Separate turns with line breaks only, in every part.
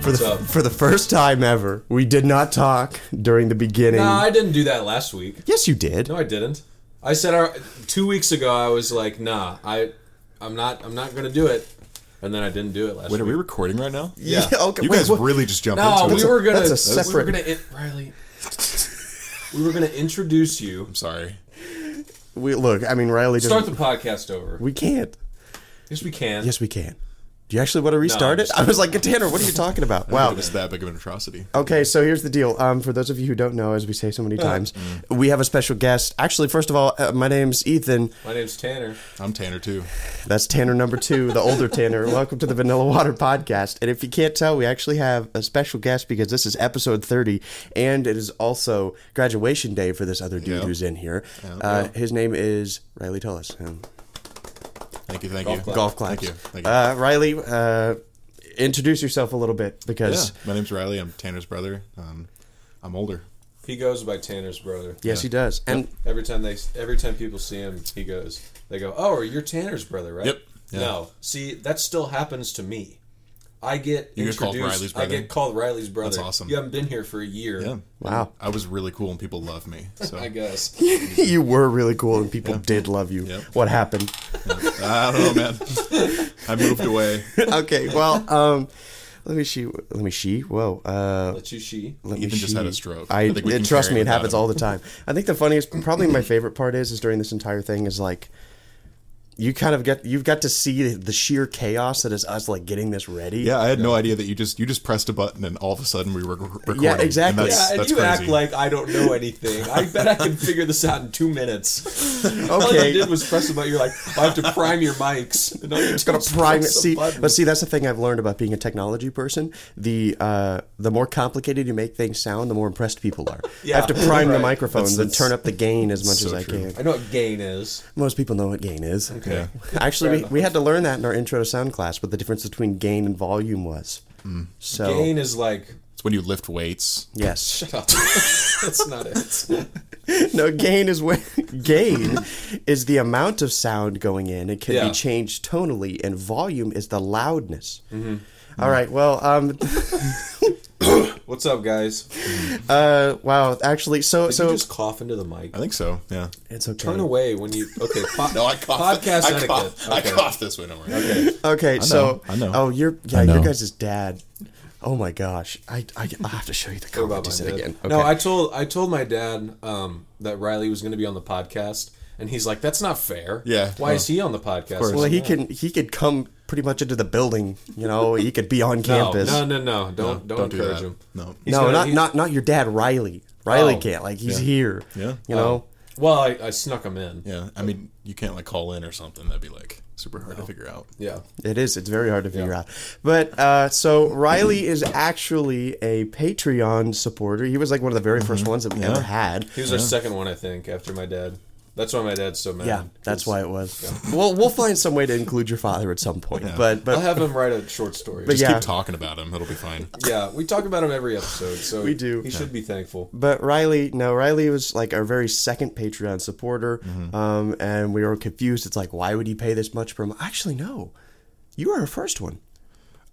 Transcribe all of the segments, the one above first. for the
What's up?
for the first time ever, we did not talk during the beginning.
No, I didn't do that last week.
yes, you did.
No, I didn't. I said our two weeks ago. I was like, nah, I, I'm not, I'm not gonna do it. And then I didn't do it last
Wait, are
week.
we recording right now?
yeah.
okay.
You
wait,
guys
what-
really just jumped
no,
into
we
it.
were gonna.
that's a
We were
separate-
gonna. in- Riley. we were gonna introduce you.
I'm sorry.
we look. I mean, Riley doesn't.
Start the podcast over.
we can't.
Yes, we can.
Yes, we can. Do you actually want to restart it?
just-
I was like, Tanner, what are you talking about? Wow.
It's that big of an atrocity.
Okay, so here's the deal. Um, for those of you who don't know, as we say so many
Uh-huh.
times, we have a special guest. Actually, first of all, uh, my name's Ethan.
My name's Tanner.
I'm Tanner too.
That's Tanner number two, the older Tanner. Welcome to the Vanilla Water Podcast. And if you can't tell, we actually have a special guest because this is episode 30, and it is also graduation day for this other dude
Yeah.
who's in here. Uh, his name is Riley Tullis. Um,
Thank you, thank you.
clap.
golf claps.
Thank you, thank you.
Uh, Riley, uh, introduce yourself a little bit
Yeah,
because,
my name's Riley. I'm Tanner's brother. Um, I'm older.
He goes by Tanner's brother.
yes, he does. And
Every time they, every time people see him, he goes. They go, "Oh, you're Tanner's brother, right?"
Yep. Yeah.
No, see, that still happens to me. I get
You get
introduced.
called Riley's
I
brother?
get called Riley's brother.
That's awesome.
You haven't been here for a year.
Yeah.
Wow.
I was really cool and people love me. So
I
I,
guess.
you were really cool and people did love you.
Yep.
What happened?
don't know, man. I moved away.
okay, well, um, let me see. Let me see. Whoa. Uh,
Let you she.
let me
Ethan just had
see.
a stroke.
I,
I think we
it-
can
trust
carry
me,
it
it
without
happens
him.
all the time. I think the funniest, probably my favorite part is, is during this entire thing is like, you kind of get, you've got to see the sheer chaos that is us like getting this ready.
Yeah, I had no idea that you just you just pressed a button and all of a sudden we were re- recording.
Yeah, exactly.
And that's,
yeah, and
that's
you
crazy.
act like I don't know anything. I bet I can figure this out in two minutes. All I
Okay.
did was press the button. You're like, I have to prime your mics. And all you
Got to prime it. See, but
But
see, that's the thing I've learned about being a technology person. The uh, the more complicated you make things sound, the more impressed people are.
Yeah,
I have to prime the
right.
microphones
That's-
and turn up the gain as much
so
as I
true.
can.
I know what gain is.
Most people know what gain is.
yeah.
Actually, we,
enough.
we had to learn that in our intro to sound class, what the difference between gain and volume was.
Mm. Oh.
So,
Gain is like.
It's when you lift weights.
yes.
That's not it.
no, gain is when gain is the amount of sound going in. It can
Yeah.
be changed tonally, and volume is the loudness.
Mm-hmm.
All right. Well, um,
What's up, guys? Did
uh, wow. Actually, so so
you just cough into the mic?
I think so. Yeah.
it's okay.
Turn away when you. Okay. Po-
No, I coughed.
Podcast
I
etiquette.
coughed, I
Okay.
coughed this way. Don't worry.
Okay.
Okay. so
I know.
Oh, you're yeah,
I
your
know.
guys' dad. Oh my gosh. I I, I have to show you the
What
comment
about
he said
my dad?
again.
No, I told I told my dad um, that Riley was going to be on the podcast, and he's like, "That's not fair.
Yeah. Oh.
why is he on the podcast?
course.
Well, he can he could come pretty much into the building. You know, he could be on
no,
campus.
no, no, no, don't
No,
don't,
don't do
encourage
that.
him.
No.
He's
no,
gonna-
not
he-
not not your dad, Riley. Riley
Oh.
can't. Like he's here.
Yeah.
You know.
Well, I, I snuck him in. Yeah,
Yeah, I mean, you can't like call in or something. That'd be like super hard to figure out.
It is. It's very hard to figure out. But uh, so Riley is actually a Patreon supporter. He was like one of the very first ones that we ever had.
Mm-hmm. he was our second one, I think, after my dad. That's why my dad's so mad.
Yeah, that's why it was. Well, we'll find some way to include your father at some point. But
I'll
but
have him write a short story.
But
Just
Yeah.
keep talking about him. It'll be fine.
yeah, we talk about him every episode, so
We do.
He should be thankful.
But Riley, no, Riley was like our very second Patreon supporter,
Mm-hmm.
um, and we were confused. It's like, why would he pay this much per month? Actually, no, you were our first one.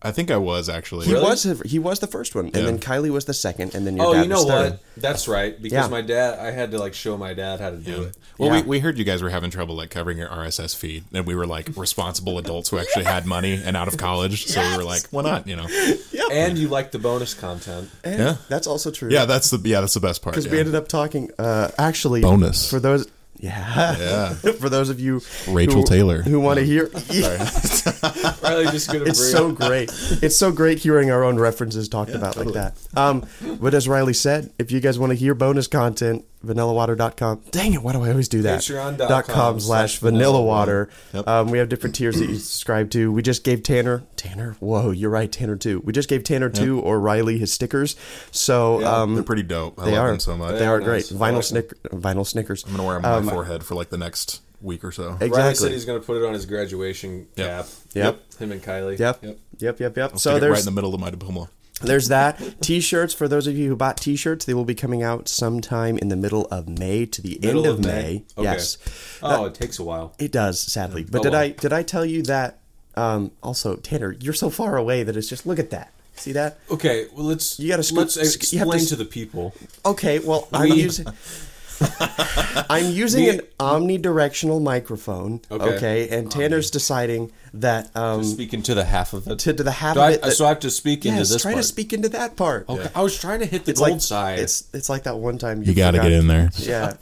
I think I was actually.
He was he was the first one, and then Kylie was the second, and then your
Oh,
dad
you know
was third.
what? That's right. Because
Yeah.
my dad, I had to like show my dad how to do it.
Well,
Yeah.
we, we heard you guys were having trouble like covering your RSS feed, and we were like responsible adults who actually had money and out of college, so we were like, why not? You know?
And you like the bonus content.
Yeah,
That's also true.
yeah. That's the yeah. That's the best part.
because
Yeah.
we ended up talking. Uh, actually,
Bonus.
for those. Yeah.
Yeah.
for those of you
Rachel
who-
Taylor.
who want to hear.
Riley just gonna
It's
bring
so great. It's so great hearing our own references talked about like that. Um, but as Riley said, if you guys want to hear bonus content, vanillawater.com. Dang it, why do I always do that?
Patreon.com
Dot com slash vanillawater.
Yep.
Um, we have different tiers that you subscribe to. We just gave Tanner, Tanner, whoa, you're right, Tanner 2. We just gave Tanner 2 or Riley his stickers. So um,
They're pretty dope. I
they
love
are.
them so much.
They are great.
nice. I
Vinyl,
like
snicker, vinyl Snickers. Um,
I'm gonna wear them on my forehead for like the next week or so.
Riley
Exactly.
said he's going to put it on his graduation
Yep.
cap.
Yep.
Him and Kylie.
Yep. Yep. Yep. Yep.
Stick
So
it
there's
right in the middle of my diploma.
There's that. T-shirts for those of you who bought T-shirts, they will be coming out sometime in the middle of May to the
Middle
end of,
of
May.
May? Okay.
Yes,
Oh, it takes a while.
it does sadly. But
Oh,
did
well.
I did I tell you that? Um, also, Tanner, you're so far away that it's just look at that. See that?
Okay, well let's
You gotta sc-
let's
sc- you have to
explain
s-
to the people.
Okay, well, I'm
We-
using I'm using
We-
an omnidirectional microphone, okay,
Okay.
and Tanner's deciding that um
Speaking to the half of it.
To- to the half
Do
of
I-
it that-
so I have to speak into
yes,
this
try
part.
to speak into that part.
Okay, I was trying to hit the
It's
gold
like
side.
it's it's like that one time
You got to
forgot-
get in there.
Yeah.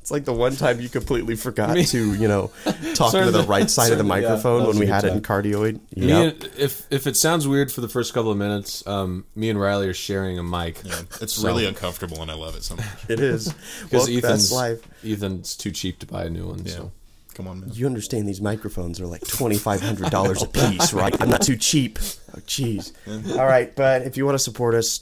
It's like the one time you completely forgot
Me-
to, you know, talk
Sorry,
to the
that-
right side of the
sorry, yeah,
microphone
that was
when
a
we
good
had it
time.
in cardioid.
Me
Yeah.
and- if if it sounds weird for the first couple of minutes, um, me and Riley are sharing a mic.
It's
So-
really uncomfortable, and I love it so much.
It is. Well,
because
that's
Ethan's
life.
Ethan's too cheap to buy a new one. So
Come on, man.
You understand these microphones are like twenty five hundred dollars a piece, right? I'm not too cheap. Oh, jeez. All right, but if you want to support us,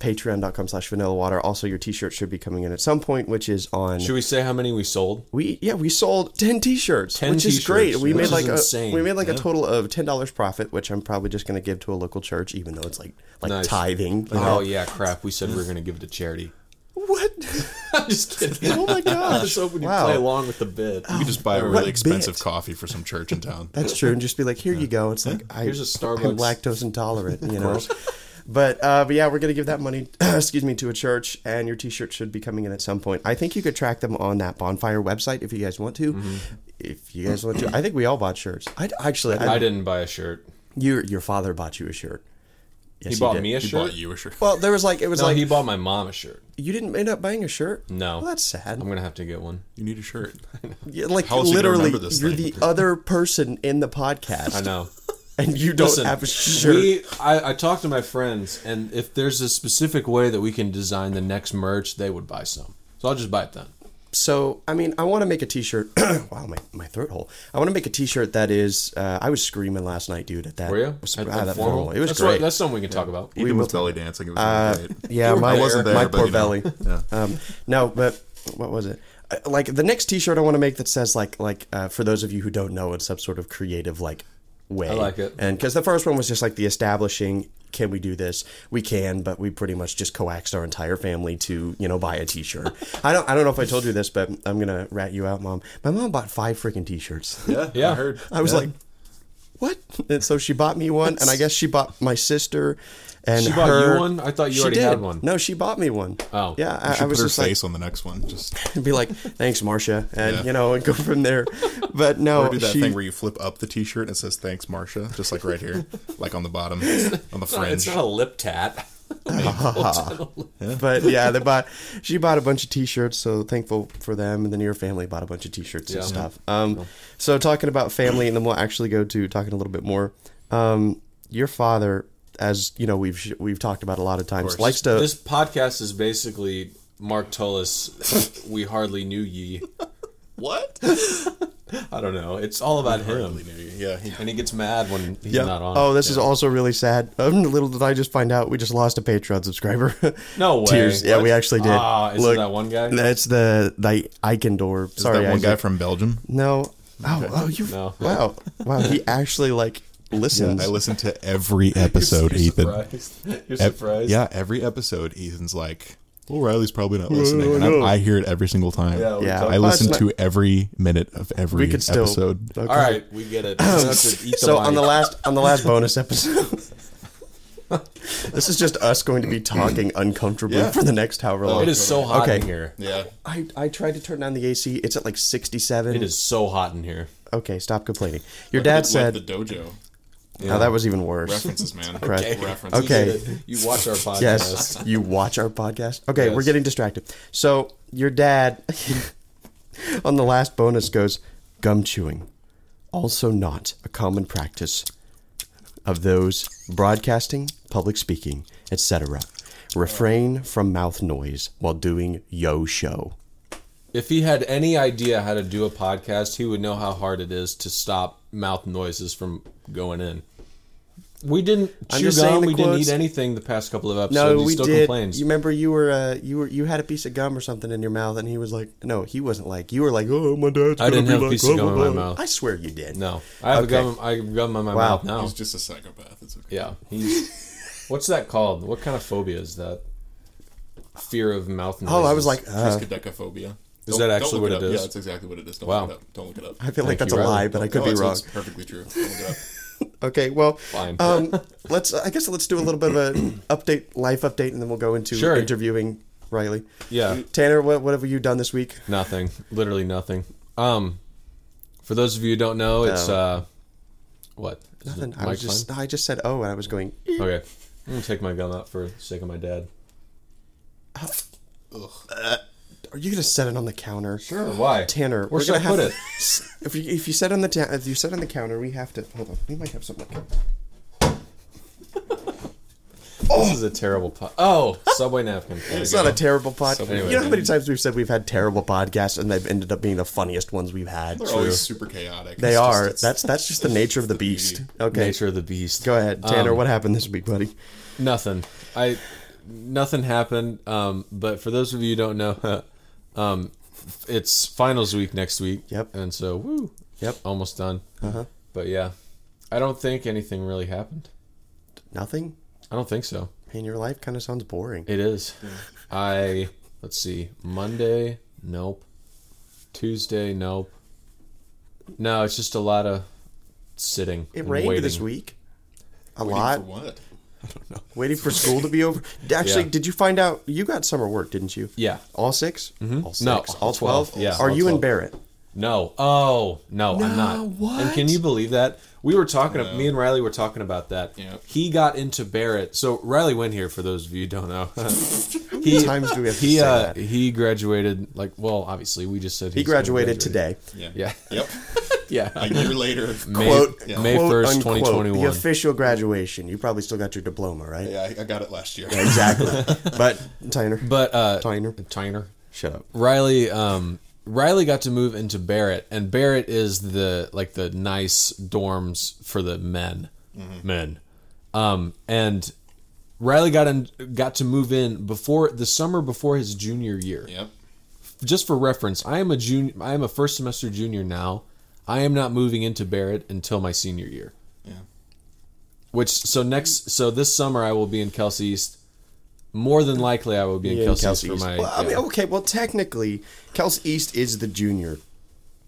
patreon.com slash vanilla water. Also, your T-shirt should be coming in at some point, which is on.
should we say how many we sold?
we yeah we sold ten T-shirts,
10
which is great.
t-shirts,
We
which
made
is
like a
insane.
we made like a total of ten dollars profit, which I'm probably just going to give to a local church, even though it's like like
Nice.
tithing. you
Oh
know?
yeah, crap. We said we were gonna give it to charity.
What?
I'm just kidding.
oh my
I
gosh!
just hoping you
wow. Oh.
play along with the bid.
You could just buy a
What
really expensive
bit?
coffee for some church in town.
That's true, and just be like, here you go. It's like I,
Here's a Starbucks.
I'm lactose intolerant, you know. But uh, but yeah, we're gonna give that money, excuse me, to a church, and your T-shirt should be coming in at some point. I think you could track them on that bonfire website if you guys want to.
Mm-hmm.
If you guys want to, I think we all bought shirts. I d- actually, I,
I didn't buy a shirt.
Your your father bought you a shirt. Yes,
He bought
did.
me a
He
shirt.
bought you a shirt.
Well, there was like it was
no,
like
he bought my mom a shirt.
you didn't end up buying a shirt.
No.
well, that's sad.
I'm gonna have to get one.
You need a shirt.
Yeah, like
How else you gonna
literally,
remember this
you're
thing?
the other person in the podcast,
I know.
and you don't
Listen,
have a shirt.
We, I, I talked to my friends, and if there's a specific way that we can design the next merch, they would buy some. So I'll just buy it then.
So, I mean, I want to make a t-shirt. wow, my, my throat hole. I want to make a t-shirt that is, uh, I was screaming last night, dude, at that.
Were you?
Was,
At
ah,
the
that
formal?
formal. It was
that's
great.
What, that's something we can talk about.
Even with belly dancing, it was really great.
Uh, yeah,
were
my,
I wasn't there,
my
but,
poor
you know.
belly.
Yeah.
Um, no, but what was it? Uh, Like the next t-shirt I want to make that says like, like uh, for those of you who don't know, it's some sort of creative like way. I
like it.
And because the first one was just like the establishing, can we do this? We can, but we pretty much just coaxed our entire family to, you know, buy a t-shirt. I don't, I don't know if I told you this, but I'm going to rat you out, mom. My mom bought five freaking t-shirts.
Yeah,
Yeah.
I heard.
I was
Yeah.
like, what? And so she bought me one, and I guess she bought my sister and
She bought you
her-
one? I thought you
She
already
did.
had one.
No, she bought me one.
Oh.
yeah,
You
I,
should
I was
put her
just
face on the next one. Just
like, be like, thanks, Marcia, and
Yeah.
you know, and go from there. But no,
do that
she,
thing where you flip up the T-shirt and it says "Thanks, Marsha," just like right here, like on the bottom, on the
It's
fringe.
not a lip tat.
but yeah, they bought. She bought a bunch of T-shirts, so thankful for them. And then your family bought a bunch of T-shirts and
Yeah.
stuff. Um, so talking about family, and then we'll actually go to talking a little bit more. Um, your father, as you know, we've sh- we've talked about a lot of times,
course.
likes to
this podcast is basically Mark Tullis. we hardly knew ye.
what?
I don't know. It's all about him,
yeah, he,
and he gets mad when he's
Yeah.
not on.
Oh,
it.
this is also really sad. Um, little did I just find out we just lost a Patreon subscriber.
No way.
Tears. Yeah, we
What?
actually did.
Ah, is it that one guy?
That's the the Eichendorf. Sorry,
that one guy
Isaac.
from Belgium.
No. Oh, oh, you.
No.
Wow, wow. He actually like listens.
I listen to every episode,
you're
Ethan.
Surprised. You're
Ev-
surprised.
Yeah, every episode, Ethan's like, "Well, Riley's probably not
no,
listening," and I'm-
no.
I, hear it every single time.
Yeah, we
Yeah.
talked-
Oh,
I listen
it's
to every minute of every
we could still.
episode.
Okay.
All right, we get it. You don't have to eat the
So on the
mic.
last on the last bonus episode. This is just us going to be talking uncomfortably
Yeah.
for the next however long.
Oh. it is so hot
Okay.
in here.
Yeah,
I, I tried to turn down the AC. It's at like sixty-seven.
It is so hot in here.
Okay, stop complaining. Your dad said.
the dojo
Oh, that was even worse.
references, man.
Okay.
References.
Okay.
You watch our podcast.
Yes, you watch our podcast. Okay, we're
Yes.
getting distracted. So your dad, on the last bonus, goes gum chewing, also not a common practice of those broadcasting, public speaking, etc. Refrain from mouth noise while doing yo show.
If he had any idea how to do a podcast, he would know how hard it is to stop mouth noises from going in. We didn't
I'm
chew
just saying
gum.
the
We didn't
quotes.
eat anything the past couple of
No,
episodes. he
we
still
did.
complains.
You remember you were uh, you were you had a piece of gum or something in your mouth, and he was like, "No, he wasn't like you were like, oh my dad's
I
gonna
didn't
be
have a
like,
piece of
blah,
gum
blah,
in my
blah."
mouth.
I swear you did.
no, I have
Okay.
a gum. I have gum in my
Wow.
mouth now.
He's just a psychopath. It's okay.
Yeah, he's. what's that called? What kind of phobia is that? Fear of mouth noises.
Oh, I was like, uh,
Triskaidekaphobia.
Is that actually what it is?
exactly what it is. Don't
Wow.
Don't look it up. Oh,
I feel like
Thank
that's
you,
a
Riley.
lie, but I could
No,
be
it's-
wrong.
it's perfectly true. Don't look it up.
Okay, well,
Fine.
um, let's. I guess let's do a little bit of an update, life update, and then we'll go into
Sure.
interviewing Riley.
Yeah.
Tanner, what, what have you done this week?
Nothing. Literally nothing. Um, for those of you who don't know, it's
No.
uh, what? Is it
Nothing. I
mic
was just.
fine?
I just said oh, and I was going.
okay. I'm gonna take my gum out for the sake of my dad.
Are you gonna set it on the counter?
Sure. Why?
Tanner,
Where
we're
should
gonna
I put
have,
it?
If you if you set on the ta- if you set on the counter, we have to hold on. We might have something.
This is a terrible pot. Oh, subway napkin. There
It's
you
not
go.
a terrible podcast.
Somebody-
You know how many times we've said we've had terrible podcasts, and they've ended up being the funniest ones we've had.
They're always super chaotic.
They
It's just-
are.
it's-
that's that's just the nature of the beast. Okay,
Nature of the beast.
go ahead, Tanner. what happened this week, buddy?
Nothing. I nothing happened. Um, but for those of you who don't know, um, it's finals week next week.
Yep.
And so, woo.
Yep. Uh-huh.
Almost done. Uh huh. But yeah, I don't think anything really happened.
Nothing.
I don't think so.
Man, your life kind of sounds boring.
It is. I let's see. Monday, nope. Tuesday, nope. No, it's just a lot of sitting.
It
and
rained
waiting.
this week. A
waiting
lot.
For what?
Waiting for school to be over. Actually,
Yeah.
did you find out you got summer work, didn't you?
Yeah.
All 6 All six.
No,
all
all 12,
twelve.
yeah,
Are
all
you and
12.
Barrett?
No. Oh no, I'm not.
what?
And can you believe that? We were talking.
No.
Me and Riley were talking about that.
Yeah.
He got into Barrett. So Riley went here. For those of you who don't know, he
times do we have to
he
say
uh,
that?
he graduated. Like, well, obviously we just said
He graduated today.
Yeah.
Yeah.
Yep.
Yeah.
A year later.
May-
Quote,
May,
quote,
1st,
unquote,
2021.
The official graduation. You probably still got your diploma, right?
Yeah, I, I got it last year.
Exactly. but Tyner,
But uh
Tyner.
Tyner.
shut up.
Riley um Riley got to move into Barrett and Barrett is the like the nice dorms for the men.
Mm-hmm.
Men. Um and Riley got in got to move in before the summer before his junior year.
Yep.
Just for reference, I am a junior I am a first semester junior now. I am not moving into Barrett until my senior year.
Yeah.
Which so next so this summer I will be in Kelsey East. More than likely I will be in
Yeah,
Kelsey,
Kelsey
East
East.
for my
well, I mean,
yeah.
okay. Well, technically, Kelsey East is the junior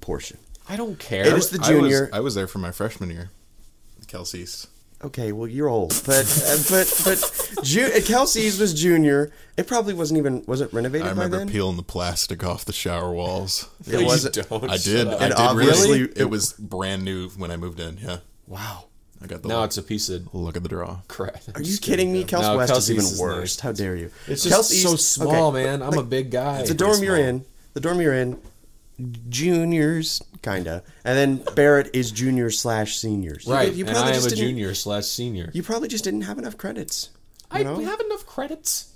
portion.
I don't care.
It is the
I was- I
junior.
was, there for my freshman year. Kelsey's.
Okay, well you're old, but uh, but but ju- uh, Kelsey's was junior. It probably wasn't even was it renovated
I
by
remember
then.
peeling the plastic off the shower walls.
it wasn't.
I did. I
And
did obviously,
obviously-
really. It was brand new when I moved in. Yeah.
Wow,
I got the
Now
look,
it's a piece of
look at the draw.
crap.
are you kidding me? Kelsey
No,
West
Kelsey's
is
is
even worse.
nice.
How dare you?
It's just so small, man. I'm a big guy.
The dorm you're in, the dorm you're in, juniors kinda, and then Barrett is junior slash seniors. You-
right?
You,
and I am a
didn't-
junior slash senior.
You probably just didn't have enough credits.
I
know?
have enough credits.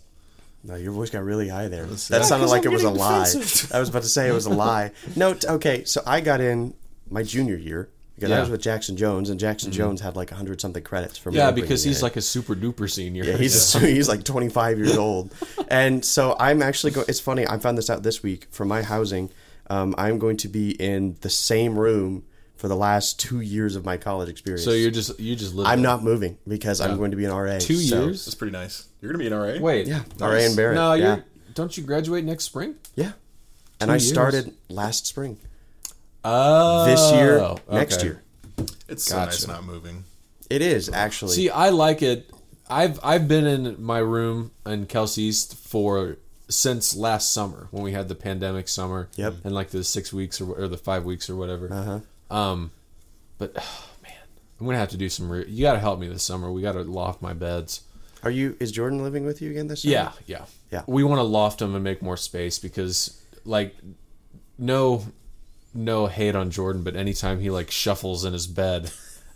No, your voice got really high there.
see.
That
Yeah,
sounded
'cause
like
I'm
it was a
getting
lie.
defensive.
I was about to say it was a lie. No, t- okay, so I got in my junior year because I
Yeah. Mm-hmm.
was with Jackson Jones, and Jackson Jones had like 100 something credits for me.
Yeah,
bringing
because
it
he's
in.
like a super duper senior.
Yeah, he's he's like 25 years old, and so I'm actually going. It's funny. I found this out this week for my housing. Um, I'm going to be in the same room for the last two years of my college experience.
so you're just you just live.
I'm not moving because I'm going to be an RA.
two
so-
years.
That's pretty nice. You're gonna be an RA.
Wait,
Yeah, RA and Barrett.
no,
yeah.
you're don't you graduate next spring?
Yeah. And
Two
I
years.
started last spring.
Oh,
This year, next
okay.
year.
It's so nice
Gotcha.
not moving.
It is actually.
See, I like it. I've I've been in my room in Kelsey's for since last summer when we had the pandemic summer.
Yep. Uh-huh.
And like the six weeks or, or the five weeks or whatever. Uh huh. Um, but oh, man, I'm gonna have to do some. Re- you gotta help me this summer. We gotta loft my beds.
Are you is Jordan living with you again this summer?
Yeah, yeah,
Yeah.
We want to loft them and make more space because, like, no, no hate on Jordan, but anytime he like shuffles in his bed,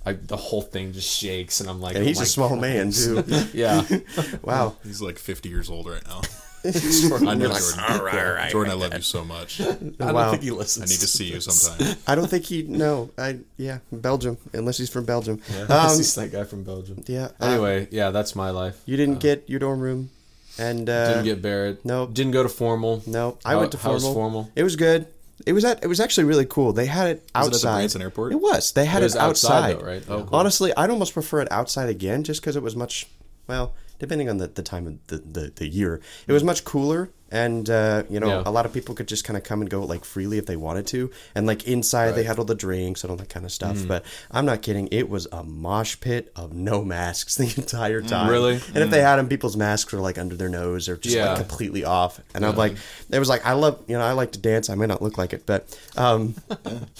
I, the whole thing just shakes, and I'm like,
And
oh
he's
my
a small man too.
yeah.
wow.
He's like 50 years old right now.
I
I know
like,
Jordan.
all right, all right,
Jordan, I love you so much. I
don't
Wow.
think he listens.
need to see you sometime.
I don't think he no. I yeah, Belgium unless he's from Belgium. Yeah.
This
Um,
is that guy from Belgium.
yeah. uh,
Anyway, yeah, that's my life.
you didn't get your dorm room and uh
Didn't get Barrett.
nope.
Didn't go to formal.
No, I
How-
went to
how
formal.
was formal?
It was good. It was at, it was actually really cool. They had it
it at the
outside.
Branson Airport?
It was. They had
It
it,
was
outside,
outside, though, right? Oh, cool.
Honestly, I'd almost prefer it outside again, just because it was much. Well, depending on the, the time of the, the, the year, it was much cooler. and uh, you know
Yeah.
a lot of people could just kind of come and go like freely if they wanted to and like inside they had all the drinks and all that kind of stuff
Mm.
but i'm not kidding it was a mosh pit of no masks the entire time
really?
and if
Mm.
they had them people's masks were like under their nose or just
Yeah.
like completely off and i'm like it was like i love you know i like to dance i may not look like it but um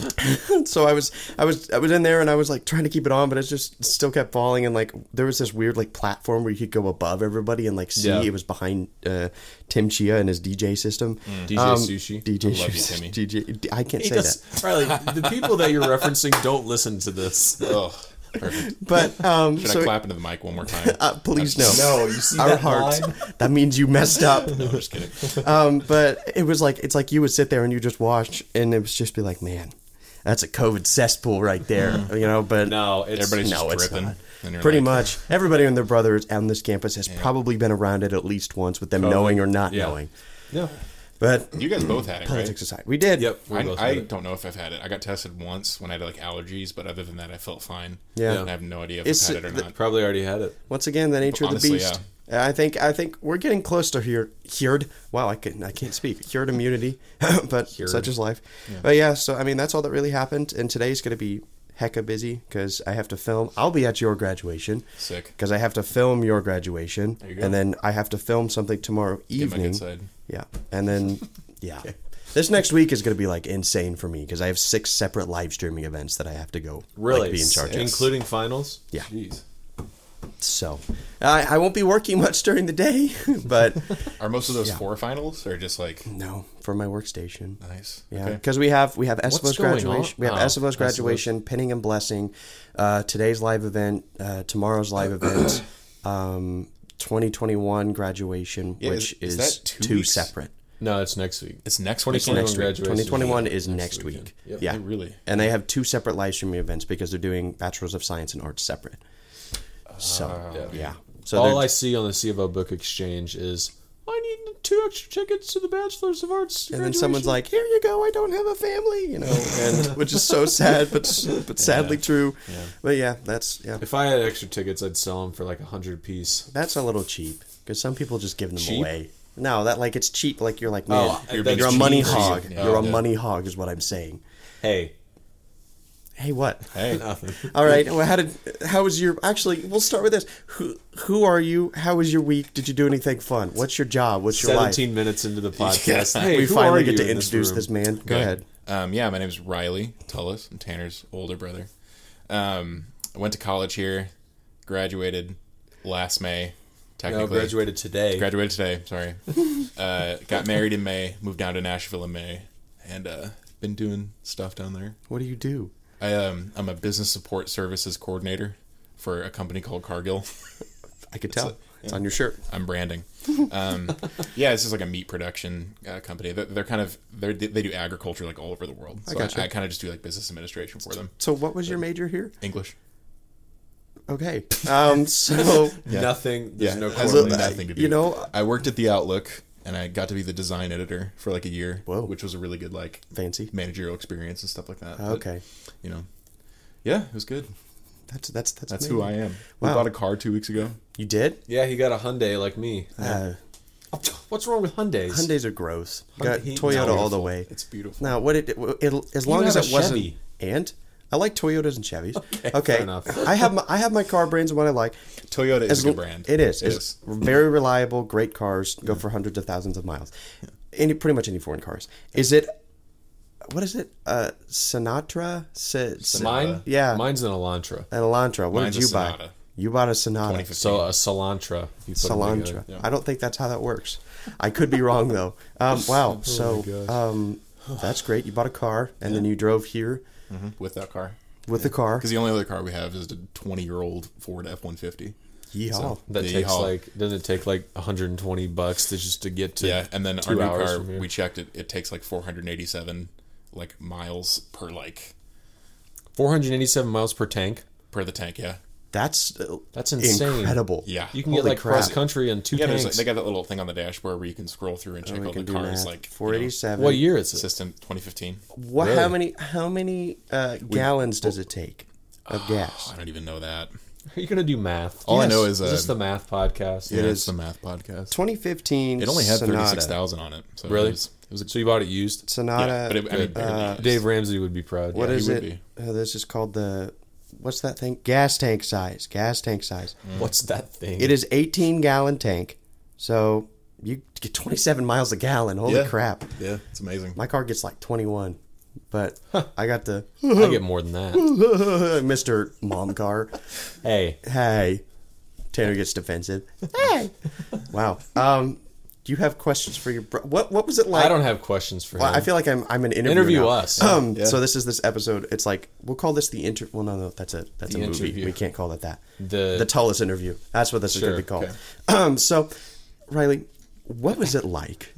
so I was I was I was in there and I was like trying to keep it on, but it just still kept falling. And like there was this weird like platform where you could go above everybody and like see
Yeah.
it was behind uh, Tim Chia and his DJ system.
Mm.
DJ Sushi.
DJ
I love you,
Sushi.
Timmy.
DJ. D- I can't
He
say
does-
that.
Riley, the people that you're referencing don't listen to this.
Oh, perfect.
But um,
Should
so
I clap into the mic one more time?
uh, please no.
No, you see
Our
that
hearts.
line?
That means you messed up.
No, I'm just kidding.
um, but it was like it's like you would sit there and you just watch, and it was just be like, man, that's a COVID cesspool right there, you know. But
No, it's
Mm-hmm. Everybody's
no,
just
it's
dripping.
not.
and you're
Pretty
like,
much everybody and their brother is on this campus has probably been around it at least once with them knowing or not
Yeah.
knowing.
yeah.
But
You guys both had it,
politics
right?
aside, we did.
Yep. we both
I, I
had it.
don't know if I've had it. I got tested once when I had like allergies, but other than that, I felt fine.
Yeah.
And I have no idea if
It's-
I've had it or
the-
not.
probably already had it.
Once again, the nature
Honestly,
of the beast. I think I think we're getting close to here cured. Wow, I can I can't speak cured immunity, but such is life. But yeah, so I mean that's all that really happened. And today's going to be hecka busy because I have to film. I'll be at your graduation.
Sick.
Because I have to film your graduation,
you go.
and then I have to film something tomorrow
Get my good
evening.
side.
Yeah, and then yeah, this next week is going to be like insane for me because I have six separate live streaming events that I have to go like,
Really,
be in charge of.
including finals.
Yeah.
Jeez.
So I, I won't be working much during the day, but
Are most of those four finals or just like
no, for my workstation.
nice?
Yeah,
Okay.
because we have we have SFO's
What's going on?
graduation, we have
Oh,
SFO's graduation, pinning and blessing, uh, today's live event, uh, tomorrow's live event, um, 2021 graduation,
Yeah,
which
is-
is,
is that two
two
weeks?
separate.
No, it's next week.
It's next
Twenty
weekend.
twenty
Next
one
week.
graduation.
2021 is next
weekend.
week.
Yep.
Yeah,
Oh, really?
And they have two separate live streaming events because they're doing bachelors of science and arts separate. So yeah. so
All
they're-
I see on the C of O Book Exchange is I need two extra tickets to the Bachelor's of Arts.
and then someone's like, "Here you go, I don't have a family," you know, and which is so sad, but s- but sadly true. But yeah, that's yeah,
if I had extra tickets, I'd sell them for like a hundred piece.
that's a little cheap because some people just give them
Cheap?
away. No, that like it's cheap. Like you're like, man,
Oh,
you're,
that's
a money
cheap.
hog.
Yeah.
You're a
Yeah.
money hog, is what I'm saying.
Hey,
Hey, what?
Hey,
All right. Well, how did? How was your? Actually, we'll start with this. Who who are you? How was your week? Did you do anything fun? What's your job? What's your life?
seventeen minutes into the podcast,
Yes.
hey,
we
who
finally
are
get
you
to
in
introduce
room?
this, man. Go
Good.
ahead.
Um, yeah, my name is Riley Tullis. I'm Tanner's older brother. Um, I went to college here, graduated last May.
No,
Technically,
graduated today.
Graduated today. Sorry. uh, got married in May. Moved down to Nashville in May, and uh, been doing stuff down there.
What do you do?
I um, I'm a business support services coordinator for a company called Cargill.
I could tell. It's on your shirt.
I'm branding. Um, yeah, this is like a meat production uh, company. They're, they're kind of they're, they do agriculture like all over the world. So I,
gotcha.
I, kind of just do like business administration for them.
So, what was your major here?
English.
Okay. Um, so,
Nothing. There's
Yeah,
no
it has
correlation.
correlation.
nothing to do.
You know-
I worked at the Outlook and I got to be the design editor for like a year,
Whoa.
which was a really good like
fancy.
managerial experience and stuff like that. But,
Okay.
you know, yeah, it was good.
That's that's that's,
That's
me.
who I am.
Wow.
We bought a car two weeks ago.
You did?
Yeah, he got a Hyundai like me.
Uh,
What's wrong with Hyundais?
Hyundais are gross. Got
Hyundai-
Toyota all the
Beautiful.
way.
It's beautiful.
Now, what it, it as long
have
as
a
it wasn't
Chevy.
and I like Toyotas and Chevys. Okay,
fair enough.
I have my I have my car brands and what I like.
Toyota is
As
a good
l-
brand.
It is.
It
It's
is.
very reliable. Great cars go for hundreds of thousands of miles. Any pretty much any foreign cars. Is it? What is it? Uh, Sinatra. Si, Si-
Mine?
uh, Yeah.
Mine's an Elantra.
An Elantra. What
Mine's
did
a
you buy?
Sonata.
You bought a Sonata.
2015.
So a Cilantra. You put 'em together.
Cilantro. I don't think that's how that works. I could be wrong though. Um,
Oh
wow. So
gosh.
um, that's great. You bought a car and then you drove here
mm, with that car.
with the car.
Because the only other car we have is a 20 year old Ford F 150.
Yeehaw.
That
The
takes
Yeehaw.
like doesn't it take like 120 bucks to just to get to
Yeah, and then our
two
new
hours
car,
from here.
we checked it. It takes like 487 like miles per like
487 miles per tank.
per the tank. Yeah,
That's uh,
That's insane.
incredible.
yeah.
You can
Holy
get like
crap.
cross country in two
Ah, yeah. There's
tanks.
like, they got that little thing on the dashboard where you can scroll through and check
Oh, We
all the
can do
cars.
math.
Like you know,
Four eighty seven.
what year is it?
system 2015.
What? How
Really?
oh.
many? How many uh, gallons does it take of gas?
I don't even know that.
Are you gonna do math?
All I know
Yes,
is, uh,
is this the math podcast?
yeah,
it
it's
is.
the math podcast.
2015.
It only had
Sonata.
thirty six thousand on it. So
Really?
It was, it was a,
So you bought it used?
Sonata.
yeah, but it, I mean, uh,
Dave Ramsey would be proud.
What
yeah.
is
he would
it? Uh, this is called the. What's that thing? Gas tank size. Gas tank size.
What's that thing?
It is 18 gallon tank, so you get 27 miles a gallon. Holy
Yeah.
crap!
yeah, it's amazing.
My car gets like 21, but I got the
I get more than that.
Mister Mom car.
hey,
Hey, Tanner gets defensive. Hey, wow. Um, do you have questions for your bro? What What was it like?
I don't have questions for
Well,
him.
I feel like I'm I'm an interview.
Interview
now.
us.
Um,
Yeah.
So this is this episode. It's like we'll call this the inter. Well, no, no, that's a that's
The
a movie.
interview.
We can't call it that.
The-
the tallest interview. That's what this is
Sure,
going to be called. Um, so, Riley, what was it like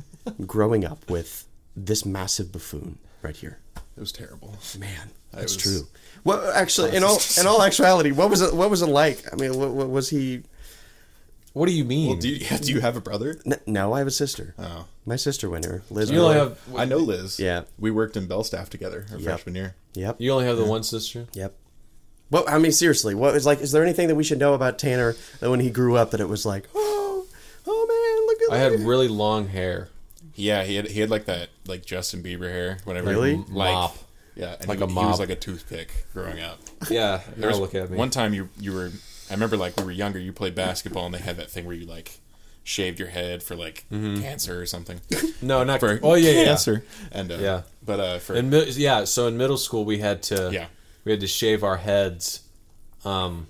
growing up with this massive buffoon right here?
It was terrible.
Man,
I
that's
was-
true. Well, actually, in all in all actuality, what was it? What was it like? I mean, what, what was he?
what do you mean?
Well, do you, do you have a brother?
N- no, I have a sister.
Oh.
My sister went here. Liz.
You only
Miller.
have
I know Liz.
Yeah.
We worked in Bellstaff together her freshman year.
Yep.
you only have the one sister.
Yep. Well, I mean, seriously, what is like? Is there anything that we should know about Tanner that when he grew up that it was like, oh, oh man, look at
I had
that."
really long hair,
Yeah, he had he had like that like Justin Bieber hair whenever
Really?
like
Mop.
yeah, and
Like
he,
a
he
mop.
was like a toothpick growing up.
Yeah,
There was
now Oh, look at me.
One time you you were I remember like we were younger, you played basketball and they had that thing where you like shaved your head for like cancer or something.
no, not
For
Mm-hmm. oh yeah, yeah,
cancer. And uh,
Yeah.
but uh for
And mi- yeah, so in middle school we had to
Yeah.
we had to shave our heads. Um,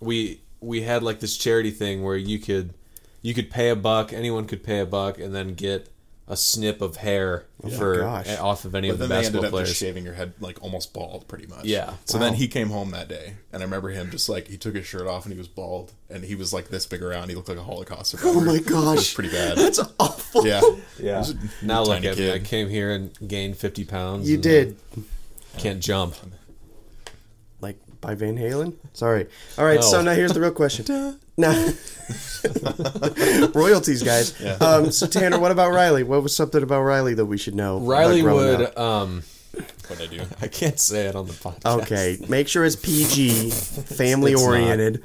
we we had like this charity thing where you could you could pay a buck, anyone could pay a buck, and then get a snip of hair for
Oh
eh,
gosh.
off of any
but
of the
then they ended
basketball
up
players.
just shaving your head like almost bald, pretty much.
Yeah.
So then he came home that day, and I remember him just like he took his shirt off and he was bald, and he was like this big around. He looked like a Holocaust survivor.
Oh my
It was
gosh,
pretty bad.
that's awful.
Yeah.
Yeah.
He was a
Now look
tiny
at me.
kid.
I came here and gained fifty pounds.
you
and
did
Can't jump.
like by Van Halen. Sorry. All right,
No.
so now here's the real question. now, royalties, guys. Um, so Tanner, what about Riley? What was something about Riley that we should know? about
Riley
growing up? Oh.
would. Um,
What I do?
I can't say it on the podcast.
Okay, make sure it's PG, family oriented,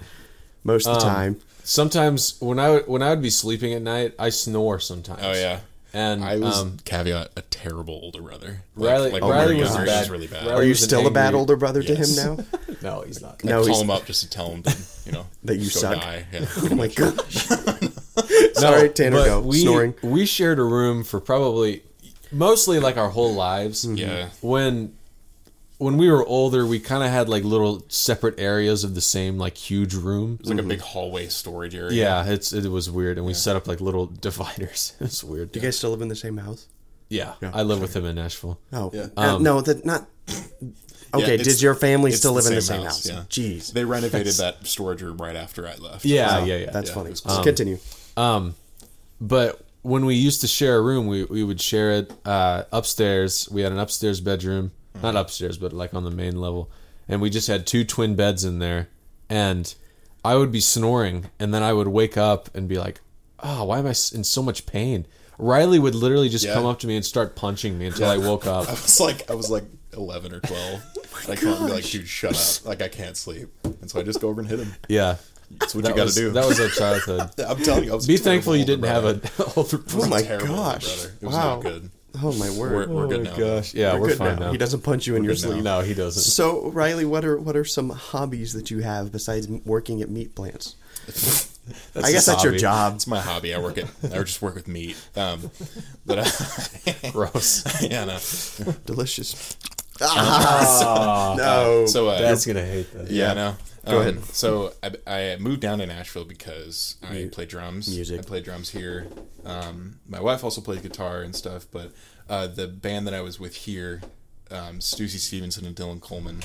most of the
Um,
time.
Sometimes when I would- when I would be sleeping at night, I snore sometimes.
Oh yeah.
And
I was
um,
caveat a terrible older brother.
Riley-
when we
Riley
were
was
younger,
bad.
he was really bad.
Riley-
Are you
was an
still a bad
angry-
older brother
Yes.
to him now?
no, he's not.
No,
I'd
he's-
call him up just to tell him, that, you know,
That you
go
suck.
Die. Yeah.
Oh my gosh. Sorry, Tanner,
but
go.
We,
Snoring.
We shared a room for probably mostly like our whole lives.
Yeah.
When when we were older, we kind of had like little separate areas of the same like huge room.
It's like a big hallway storage area.
Yeah, it's it was weird, and we set up like little dividers. It was weird.
You guys still live in the same house?
Yeah, I live with him in Nashville.
No.
Yeah.
Uh,
Um,
no, that not. Okay,
it's-
did your family
it's
still
the
live in the
same
same
house,
house?
yeah.
Jeez.
They renovated that storage room right after I left.
Yeah,
Wow,
Uh, yeah, Um, yeah.
That's
Yeah,
funny.
it was-
Let's continue.
but when we used to share a room, we, we would share it uh, upstairs. We had an upstairs bedroom, not upstairs, but like on the main level, and we just had two twin beds in there. And I would be snoring, and then I would wake up and be like, "Oh, why am I s- in so much pain?" Riley would literally just
Yeah.
come up to me and start punching me until I woke up.
I was like, I was like eleven or twelve. I can't be like, dude, shut up. Like I can't sleep, and so I just go over and hit him.
Yeah,
That's what
that
you got
was
to do.
that was our childhood.
I'm telling you, I was a
Be
terrible
thankful you
older
didn't have
brother.
an older
Oh
brother.
my
Terrible older
gosh.
brother. It was
wow.
not good.
Oh my
We're,
word.
we're good now.
Gosh, yeah, we're,
Good
fine
now.
now.
He doesn't punch you in your sleep.
No, he doesn't.
So Riley, what are what are some hobbies that you have besides m- working at meat plants? I guess
his
that's your
hobby.
job.
It's my hobby. I work at. I just work with meat. Um, but uh,
Gross.
yeah, no.
Delicious. Ah, no.
So uh,
Dad's gonna hate that.
Yeah, I know.
Go
Um,
ahead.
So I, I moved down to Nashville because I play drums.
music.
I play drums here. Um, my wife also plays guitar and stuff, but uh, the band that I was with here, um, Stussy Stevenson and Dylan Coleman,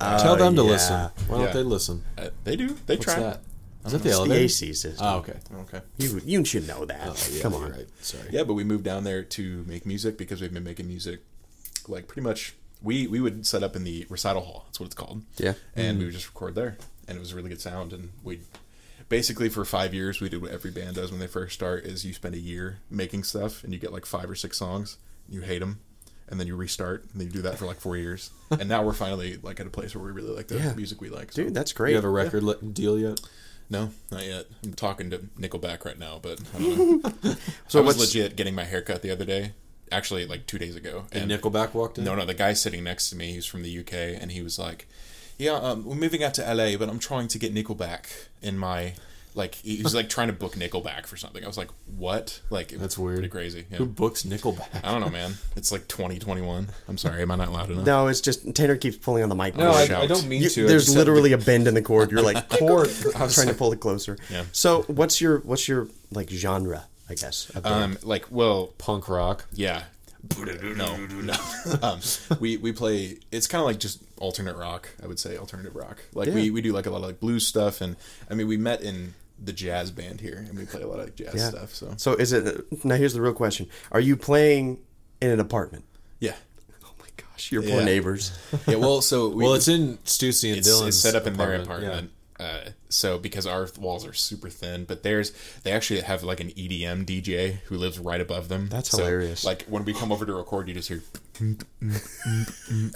Tell them to
yeah.
listen. Why don't
Oh, Yeah. Uh-huh.
they listen?
uh, they do. They
What's
try.
that? Is that the
the
elevator?
AC system.
Oh, okay.
Okay.
you you should know that. Come on.
oh, Right. Sorry.
Yeah, but we moved down there to make music because we've been making music, like pretty much. We we would set up in the recital hall. That's what it's called.
Yeah. Mm-hmm.
and we would just record there, and it was a really good sound. And we basically for five years we did what every band does when they first start: is you spend a year making stuff, and you get like five or six songs, and you hate them, and and then you restart, and then you do that for like four years, and now we're finally like at a place where we really like the
Yeah.
music we like. So.
Dude, that's
You
great.
have a record li- deal yet?
No, not yet. I'm talking to Nickelback right now, but I don't know.
So
I was
what's-
legit getting my haircut the other day, actually like two days ago,
And Nickelback walked in.
No, no, the guy sitting next to me, he's from the UK, and he was like, "Yeah, um, we're moving out to LA, but I'm trying to get Nickelback in my like." He he was like trying to book Nickelback for something. I was like, "What?" Like, it
That's
was
weird.
pretty crazy. Yeah.
Who books Nickelback?
I don't know, man. It's like 2021. I'm sorry, am I not loud enough?
No, it's just Tanner keeps pulling on the mic.
No, I,
Shout.
I don't mean
You-
to. I
there's
just said
literally a bend in the cord. You're like
the cord.
I'm trying to pull it closer.
Yeah.
So what's your what's your like genre? I guess. of
Uh,
band?
Um, like, well,
Punk rock.
yeah. No, no. um, we we play. It's kind of like just alternate rock. I would say alternative rock. Like we, we do like a lot of like blues stuff, and I mean we met in the jazz band here, and we play a lot of jazz
Yeah.
stuff. So
So is it now? Here's the real question: Are you playing in an apartment?
yeah,
Oh my gosh, your poor
Yeah.
neighbors.
yeah. Well, so we,
Well, it's in Stussy and
it's,
Dylan's
it's set up in
apartment.
their
yeah.
apartment. Uh, so because our walls are super thin, but theirs they actually have like an E EDM DJ who lives right above them.
That's
So,
hilarious.
Like when we come over to record, you just hear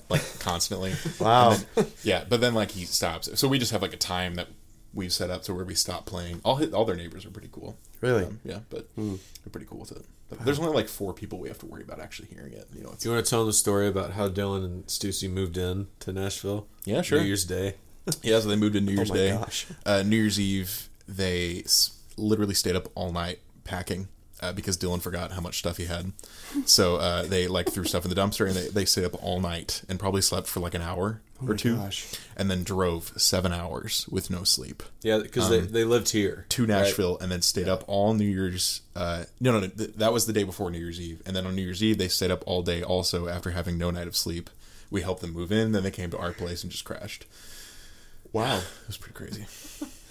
like constantly.
Wow.
Yeah, but then like he stops. So we just have like a time that we've set up to where we stop playing. All his, all their neighbors are pretty cool. Um,
Really? Hmm.
yeah, but they're pretty cool with it. There's only like four people we have to worry about actually hearing it. You know, it's
You want to tell them the story about how Dylan and Stussy moved in to Nashville?
Yeah, sure.
New Year's Day.
Yeah, so they moved to New Year's
oh my
Day.
gosh.
Uh, New Year's Eve, they s- literally stayed up all night packing uh, because Dylan forgot how much stuff he had. So uh, they like threw stuff in the dumpster and they, they stayed up all night and probably slept for like an hour or two,
Oh gosh.
and then drove seven hours with no sleep
Yeah, because they, they lived here.
Um, to Nashville and then stayed up all New Year's. Uh, no, no, no, th- that was the day before New Year's Eve. And then on New Year's Eve, they stayed up all day also after having no night of sleep. We helped them move in, then they came to our place and just crashed.
wow.
It was pretty crazy.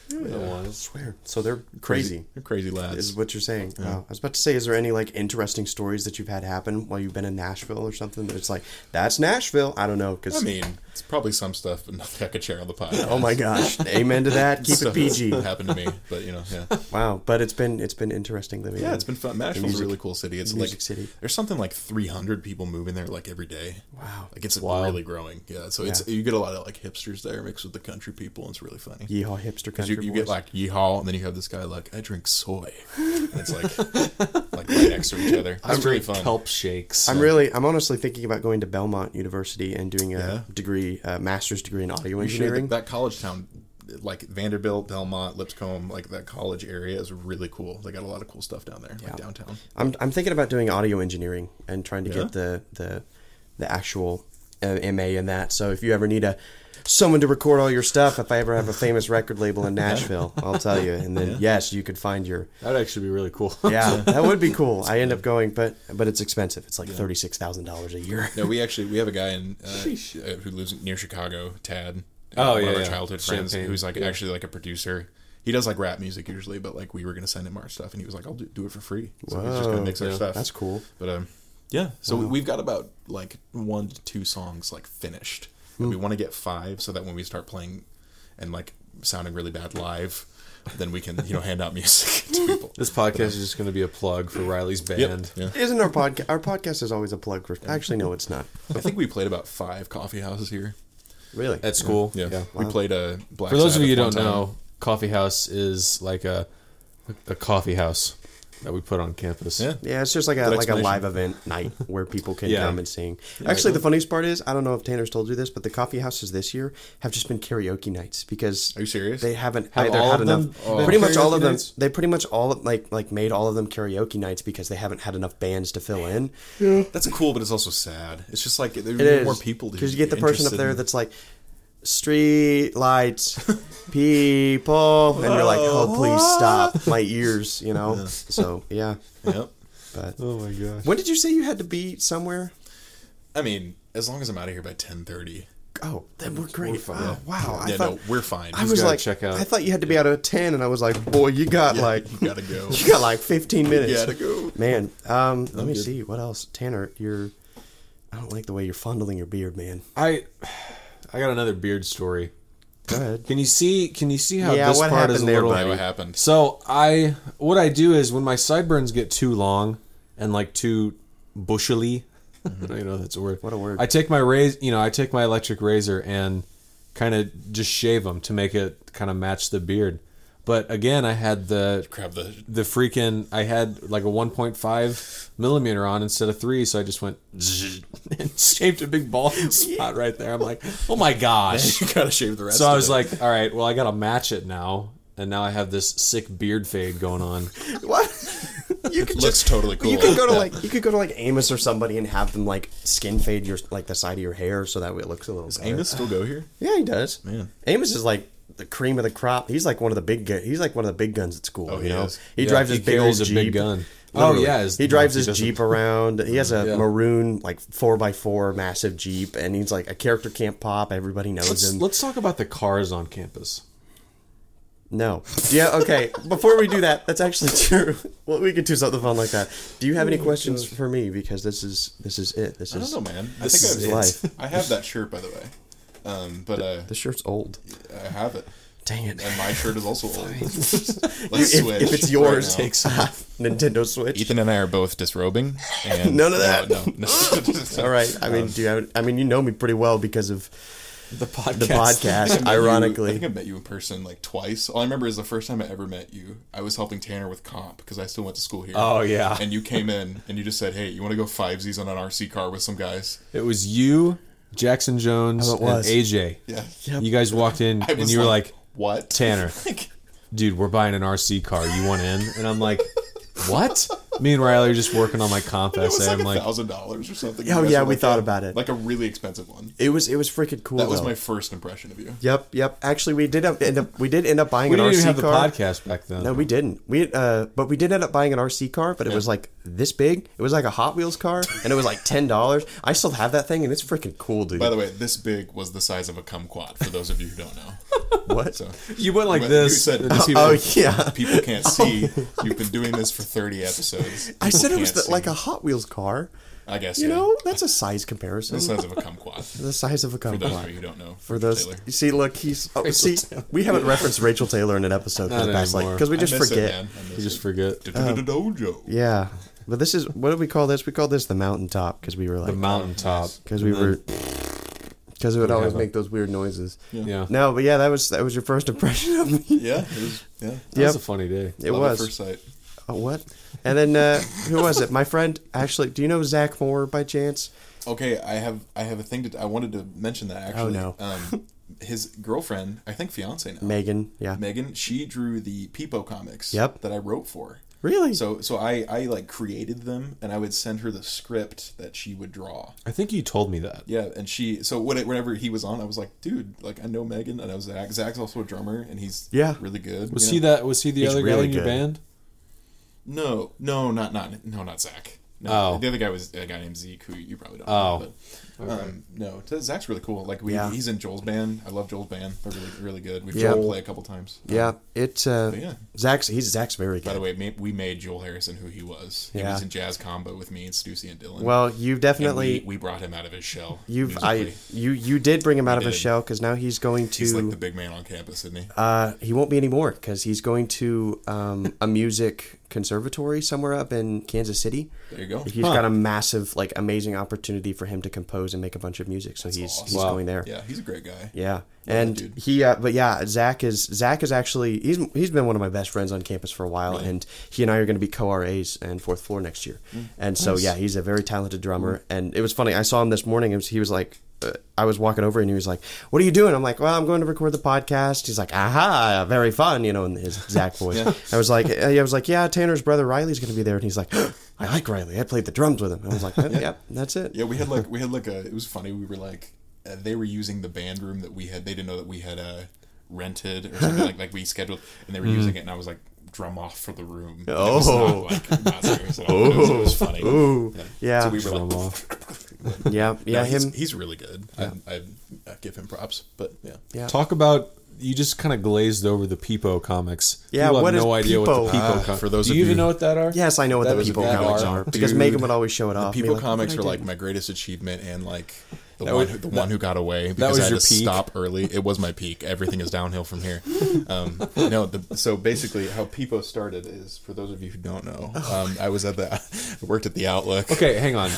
That
I
was.
swear. So they're crazy.
They're crazy
Is
lads.
what you're saying. Wow. I was about to say, is there any like interesting stories that you've had happen while you've been in Nashville or something? It's like that's Nashville. I don't know because
I mean, it's probably some stuff, but nothing I could share on the podcast.
oh my gosh, amen to that. Keep it
Stuff
PG.
that happened to me, but you know, yeah,
Wow, but it's been it's been interesting living.
yeah,
in-
it's been fun. Nashville's a really cool city. It's
Music
like
city.
there's something like 300 people moving there like every day.
Wow.
like it's
wild.
really growing. Yeah, so it's you get a lot of like hipsters there mixed with the country people. And it's really funny.
Yeehaw hipster country.
You, you get
boys.
like yeehaw, and then you have this guy like I drink soy, and it's like like right next to each other. It's
I'm
really fun.
Kelp shakes.
I'm really, I'm honestly thinking about going to Belmont University and doing a
Yeah.
degree, a master's degree in audio
You know,
engineering.
that, that college town, like Vanderbilt, Belmont, Lipscomb, like that college area is really cool. They got a lot of cool stuff down there, like downtown.
I'm, I'm thinking about doing audio engineering and trying to get the the, the actual uh, MA in that. So if you ever need a someone to record all your stuff, if I ever have a famous record label in Nashville, I'll tell you. And then yes, you could find your.
That'd actually be really cool.
Yeah, that would be cool. I end up going, but but it's expensive. It's like thirty six thousand dollars a year.
No, we actually we have a guy in uh, uh, who lives near Chicago, Tad.
Oh,
one
yeah,
of our
yeah.
childhood friends
Champagne.
who's like actually like a producer. He does like rap music usually, but like we were gonna send him our stuff, and he was like, "I'll do, do it for free." So he's just
Whoa.
gonna mix our stuff.
That's cool.
But um, yeah. So we've got about like one to two songs like finished, and we want to get five so that when we start playing and like sounding really bad live, then we can you know hand out music to people.
This podcast is just going to be a plug for Riley's band.
Yep. Yeah.
Isn't our podcast? Our podcast is always a plug for. Actually, no, it's not.
I think we played about five coffee houses here.
Really,
At school.
Yeah,
yeah.
we played a black.
For those of
Sabbath
you who
one
don't
time.
know, coffee house is like a a coffee house that we put on campus.
Yeah.
Yeah, it's just like a
Good
like a
explanation.
live event night where people can
Yeah.
come and sing. Actually, the funniest part is I don't know if Tanner's told you this, but the coffee houses this year have just been karaoke nights because
Are you serious?
they haven't
Have
either
all
had
of
enough.
them been
Pretty much all
karaoke
of them.
nights?
They pretty much all like like made all of them karaoke nights because they haven't had enough bands to fill in.
That's cool, but it's also sad. It's just like there
It
need
is
more people to
because you get the
be
person up
interested
there
in-
that's like street lights, people, and you're like, oh please stop my ears, you know. So yeah,
Yep.
but
Oh my gosh.
when did you say you had to be somewhere?
I mean, as long as I'm out of here by ten thirty.
Oh, then we're great. Wow, wow. I
Yeah,
thought
no, we're fine.
I
He's
was
gotta
like,
check out.
I thought you had to be out of ten, and I was like, boy, you got
got-
like,
you gotta go.
you got like fifteen minutes.
gotta go.
man. Um, let me
good.
see what else, Tanner. You're, I don't like the way you're fondling your beard, man.
I I got another beard story.
Go ahead.
Can you see? Can you see how
Yeah,
this
what
part is a
happened there,
little?
buddy?
Yeah, what happened?
So I, what I do is when my sideburns get too long and like too bushily, I don't even know if that's Mm-hmm. a word.
What a word.
I take my raz you know, I take my electric razor and kind of just shave them to make it kind of match the beard. But again, I had the
Grab the
the freaking I had like a 1.5 millimeter on instead of three, so I just went zzz, and shaved a big bald spot right there. I'm like, oh my gosh!
you gotta shave the rest.
So
of
I was
it.
like, all right, well I gotta match it now, and now I have this sick beard fade going on.
What? you could
looks
just
totally cool.
You could go to like you could go to like Amos or somebody and have them like skin fade your like the side of your hair so that way it looks a little. better.
Amos still go here?
Yeah, he does. Man, Amos is like the cream of the crop. He's like one of the big. Gu- he's like one of the big guns at school.
Oh,
you
he
know?
is.
He
Yeah,
drives
he
his big old
carries a
jeep.
big gun. Oh,
Literally.
yeah, his-
he drives
no, he
his
doesn't.
jeep around. He has a
Yeah.
maroon like four x four massive jeep, and he's like a character can't pop. Everybody knows
Let's,
him.
let's talk about the cars on campus.
No. Yeah, okay. Before we do that, that's actually true. Well, we could do something fun like that. Do you have
Oh,
any questions for me? Because this is this is it. This
I
is
don't know, man. I
This
think
is
I've,
life.
I have that shirt by the way. Um, but uh,
the shirt's old.
I have it,
Dang it.
and my shirt is also old. Let's
If,
switch.
if it's
right
yours,
now.
Nintendo Switch.
Ethan and I are both disrobing. And
None of that.
No, no.
All right. I
um,
mean, do you have, I mean, you know me pretty well because of
The podcast.
the podcast.
met you- I
Ironically,
think I met you in person like twice. All I remember is the first time I ever met you. I was helping Tanner with comp because I still went to school here.
Oh, yeah.
And you came in and you just said, "Hey, you want to go five Z's on an RC car with some guys?"
It was you, Jackson Jones,
Oh, it was.
and AJ.
Yeah.
You guys walked in
I
and
was
you were like,
"What,
Tanner,
Like,
dude, we're buying an RC car. You want in? And I'm like, what? Me and Riley are just working on my comp
it was
essay. I'm
like
like,
thousand dollars or something.
Oh,
You guys
yeah,
were,
we
like,
thought
a-
about it.
Like a really expensive one.
it was it was freaking cool.
That was
though.
my first impression of you.
Yep, yep. Actually, we did up- end up we did end up buying
we
an
didn't
RC
even have
car.
the podcast back then.
No, we didn't. We uh, but we did end up buying an RC car, but it was like this big. It was like a Hot Wheels car, and it was like ten dollars. I still have that thing, and it's freaking cool, dude.
By the way, this big was the size of a kumquat. For those of you who don't know,
what?
so
you went like
But you
this.
said-
and just-
oh yeah,
people can't see. You've been doing this for thirty episodes.
I said it
People
was
can't
the, like
see.
a Hot Wheels car.
I guess
You
yeah.
know, that's a size comparison.
the size of a kumquat.
The size of a
For those of
kumquat.
you who don't know,
For those,
Taylor.
you see, look, he's. Oh, see, we haven't referenced Rachel Taylor in an episode for
Not
the past, like,
anymore.
because we
I
just
miss
forget.
It, man. I miss
you just
it.
forget.
dojo.
yeah, but this is what do we call this? We call this the mountaintop because we were like
The mountaintop.
because we were because it would always
have a-
make those weird noises.
Yeah.
No, but yeah, that was that was your first impression of me.
Yeah, it was. Yeah,
That was
Yep.
a funny day.
It
Love at
was.
first sight.
Oh, what? And then uh, who was it? My friend. Actually, do you know Zach Moore by chance?
Okay, I have I have a thing to. I wanted to mention that actually.
no.
Um, his girlfriend, I think fiance now,
Megan. Yeah.
Megan. She drew the Peepo comics.
Yep.
That I wrote for.
Really?
So so I I like created them and I would send her the script that she would draw.
I think you told me that.
Yeah, and she so when- whenever he was on, I was like, dude, like I know Megan, I know Zach. Zach's also a drummer, and he's
Yeah.
really good.
Was
you
he
know?
that? Was he the
He's
other guy
really
in your
good.
band?
No, no, not not no, not Zach. No,
Oh.
the other guy was a guy named Zeke, who you probably don't.
Oh.
know, but, um, no, t- Zach's really cool. Like we,
Yeah.
he's in Joel's band. I love Joel's band. They're really really good. We've
Yeah.
tried to play a couple times.
Yeah. It. Uh,
But Oh, yeah.
Zach's. He's Zach's very
By the
good.
way, ma- we made Joel Harrison who he was. He
Yeah.
was in jazz combo with me and Stussy and Dylan.
Well, you
And
definitely.
we, we brought him out of his shell.
You've I
musically.
you you did bring him out of his
did.
shell because now he's going to
He's like the big man on campus, isn't he?
uh, he won't be anymore because he's going to um, a music conservatory somewhere up in Kansas City.
there you go.
He's got a massive, like, amazing opportunity for him to compose and make a bunch of music. So he's
awesome.
he's
Wow.
going there.
Yeah, he's a great guy.
Yeah. And
dude.
he, uh, but yeah, Zach is Zach is actually he's he's been one of my best friends on campus for a while, and he and I are going to be co-RAs and fourth floor next year. And so yeah, he's a very talented drummer. And it was funny, I saw him this morning. It was, he was like, uh, I was walking over, and he was like, "What are you doing?" I'm like, "Well, I'm going to record the podcast." He's like, "Aha, very fun," you know, in his Zach voice. I was like, uh, I was like, "Yeah, Tanner's brother Riley's going to be there," and he's like, "I like Riley. I played the drums with him." And I was like, "Yep, yep, that's it."
Yeah, we had like we had like a. It was funny. We were like, uh, they were using the band room that we had. They didn't know that we had uh, rented or something like like we scheduled, and they were using it. And I was like, drum off for the room. And it was
Hmm. Oh.
not, like, not serious at all. It was, it was funny.
Ooh, yeah,
So we were
Drum
like,
off.
yeah, yeah.
he's,
him,
he's really good. I, I, I give him props, but yeah,
yeah.
Talk about you just kind of glazed over the Peepo comics.
Yeah,
People
what
have
is
no idea what the
Peepo?
Peepo
Ah,
comics.
for those
Do
of
you,
you-
even know what that are?
Yes, I know what
That
the
was a
people
bad
comics
art,
are because
dude.
Megan would always show it off.
People
be like,
comics are
"What did I
like
do?"
my greatest achievement and like the
That
one
was-
who, the one who got away because
was
I had
your
to
peak?
stop early. It was my peak. Everything is downhill from here. Um, no, the, so basically how Peepo started is for those of you who don't know, um, I was at the I worked at the Outlook.
Okay, hang on.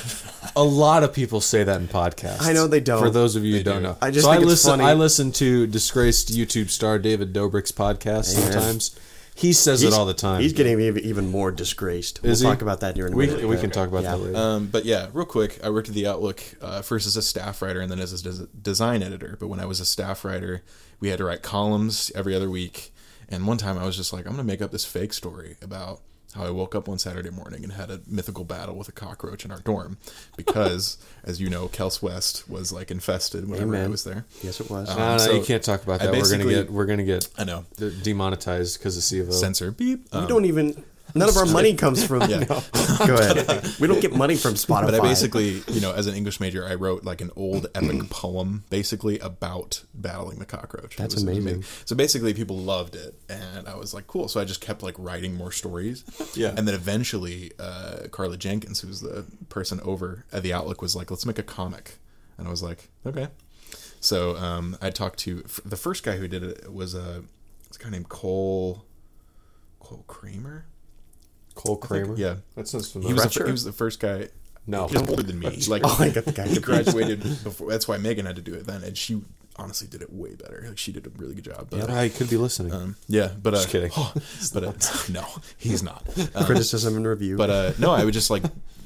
a lot of people say that in podcasts.
I know they don't.
For those of you who don't
do.
know,
I just
so
think
I
it's
listen.
funny.
I listen to disgraced YouTube star David Dobrik's podcast sometimes. He says it all the time.
He's getting ev- even more disgraced.
Is
we'll
he?
talk about that here in a
We,
minute.
we
but-
can talk about
Yeah. Uh,
that later.
Um, but yeah, real quick, I worked at the Outlook uh, first as a staff writer and then as a des- design editor. But when I was a staff writer, we had to write columns every other week. And one time I was just like, I'm going to make up this fake story about how I woke up one Saturday morning and had a mythical battle with a cockroach in our dorm. Because, as you know, Kels West was like infested whenever I
Amen.
was there.
Yes, it was.
no, no,
so
you can't talk about
I
that. We're gonna
basically-
get we're gonna get
I know.
d- demonetized because of CVO.
Censor beep.
uh,
we
Um,
don't even. None of our money comes from.
Yeah.
No. Go ahead. We don't get money from Spotify.
But I basically, you know, as an English major, I wrote like an old epic poem basically about battling the cockroach. That's
amazing.
So basically, people loved it, and I was like, cool. So I just kept like writing more stories.
Yeah.
And then eventually, uh, Carla Jenkins, who's the person over at the Outlook, was like, let's make a comic, and I was like, okay. So um, I talked to f- the first guy who did it was a, it's a guy named Cole, Cole Kramer.
Cole Kramer.
Yeah.
that sounds
He
familiar.
was, the,
Fletcher?
fir- he was the first guy.
No.
he was older than me. Like
Oh, I got the guy.
he graduated before. That's why Megan had to do it then, and she honestly did it way better. Like she did a really good job. But,
I could be listening.
um, yeah, but uh,
Just kidding.
but uh, no, he's not.
uh,
Um,
criticism and review.
but uh, no, I would just like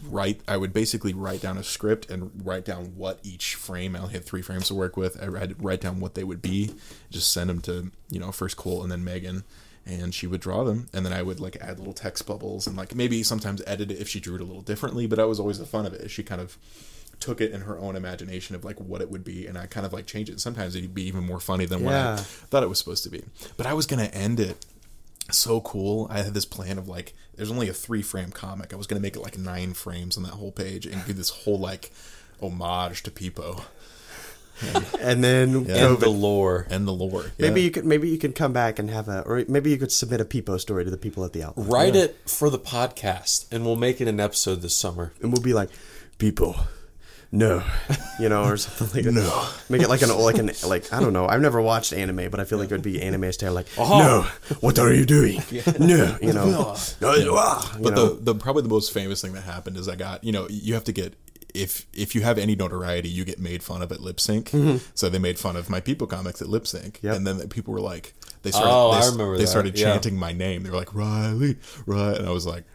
write. I would basically write down a script and write down what each frame. I only had three frames to work with. I would write down what they would be. Just send them to you know first Cole and then Megan, and she would draw them. And then I would like add little text bubbles and like maybe sometimes edit it if she drew it a little differently. But that was always the fun of it. She kind of took it in her own imagination of like what it would be and I kind of like change it. Sometimes it'd be even more funny than
Yeah.
what I thought it was supposed to be. But I was gonna end it so cool. I had this plan of like, there's only a three frame comic. I was gonna make it like nine frames on that whole page and do this whole like homage to Peepo
and then
uh, and the
COVID.
lore.
and the lore. Yeah.
Maybe you could maybe you can come back and have a or maybe you could submit a peepo story to the people at the outlet,
Write it for the podcast, and we'll make it an episode this summer.
and we'll be like, people, no, you know, or something like that. no. Make it like an like an like I don't know. I've never watched anime, but I feel like it would be anime style. Like, no, what are you doing? No, you know. No, you are," you
but
know.
the the probably the most famous thing that happened is I got you know you have to get if if you have any notoriety you get made fun of at lip sync. So they made fun of my people comics at lip sync,
Yep.
and then the people were like they started
Oh,
they,
I
s-
remember
they
that,
started
yeah.
chanting my name. They were like Riley, Riley, and I was like.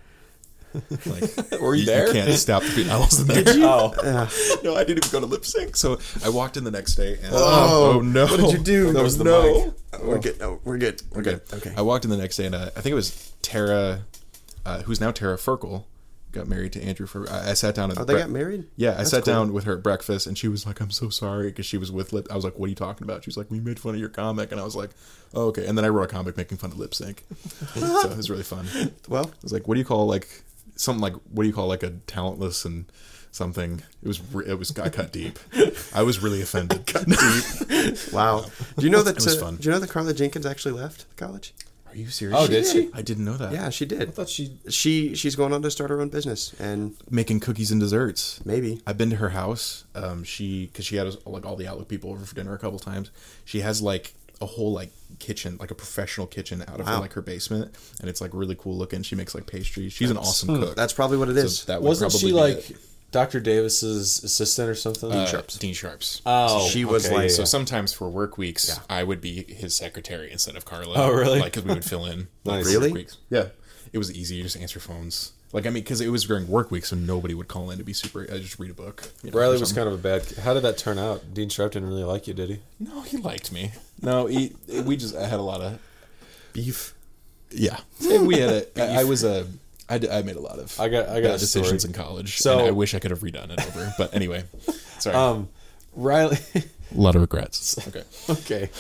Like,
Were you there?
can't stop the beat. I wasn't there. Did you?
Oh,
No, I didn't even go to lip sync. So I walked in the next day and
Oh,
oh, no,
what did you do?
That was the mic.
we're good. Oh, we're good. We're good. Okay.
I walked in the next day, and uh, I think it was Tara, uh, who's now Tara Ferkel, got married to Andrew Ferkel. I, I sat down. At
Oh,
the
they
bre-
got married?
Yeah, I
That's
sat
cool.
down with her at breakfast, and she was like, "I'm so sorry," because she was with Lip. I was like, "What are you talking about?" She was like, "We made fun of your comic," and I was like, oh, "Okay." And then I wrote a comic making fun of lip sync, so it was really fun. I
Well,
was like, "What do you call like something like what do you call like a talentless and something?" It was re- it was got cut deep. I was really offended.
wow. Do you know that?
was
uh,
fun.
Do you know that Carla Jenkins actually left college?
Are you serious?
oh, did she?
I didn't know that.
Yeah, she did.
thought she-
she she's going on to start her own business, and
making cookies and desserts.
maybe
I've been to her house. Um, she because she had like all the Outlook people over for dinner a couple times. She has like a whole like kitchen, like a professional kitchen out of her,
Wow.
like her basement, and it's like really cool looking. She makes like pastries. She's an awesome cook.
that's probably what it is.
that would
Wasn't she
probably be
like
it.
Dr. Davis's assistant or something?
Uh, Dean Sharps.
Oh,
She was
okay,
like-
yeah,
so
yeah.
sometimes for work weeks, I would be his secretary instead of Carla.
Oh, really?
Like because we would fill in.
Nice.
like, for work
Really?
Weeks. Yeah. It was easy. You just answer phones. Like I mean, because it was during work week, so nobody would call in to be super. I just read a book. you know, or
Riley was
something.
kind of a bad. How did that turn out? Dean Sharp didn't really like you, did he?
No, he liked me. No, he, we just I had a lot of
beef.
yeah. We had a. I, I was a. I, d- I made a lot of.
I got- I got
bad
a story.
decisions in college.
So-
So I wish I could have redone it over. But anyway, sorry.
Um, Riley.
a lot of regrets. Okay.
okay.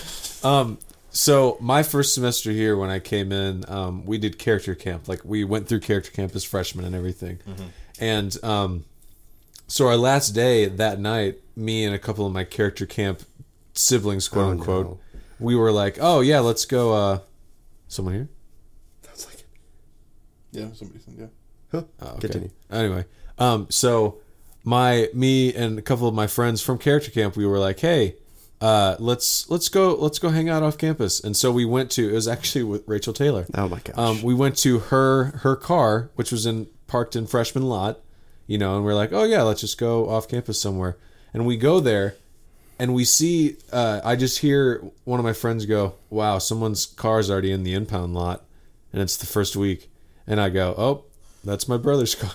Um, so my first semester here, when I came in, um, we did character camp. Like we went through character camp as freshmen and everything.
Mm-hmm.
And um, so our last day that night, me and a couple of my character camp siblings, quote
Oh,
unquote,
no.
we were like, "Oh yeah, let's go." Uh, someone here.
That's like
Yeah. Somebody said yeah.
huh?
Okay.
Continue.
Anyway, um, so my me and a couple of my friends from character camp, we were like, hey, uh, let's let's go let's go hang out off campus. And so we went to it was actually with Rachel Taylor.
Oh my gosh.
Um, we went to her her car, which was in parked in freshman lot, you know, and we're like, oh yeah, let's just go off campus somewhere. And we go there, and we see. Uh, I just hear one of my friends go, "Wow, someone's car's already in the impound lot, and it's the first week." And I go, "Oh, that's my brother's car."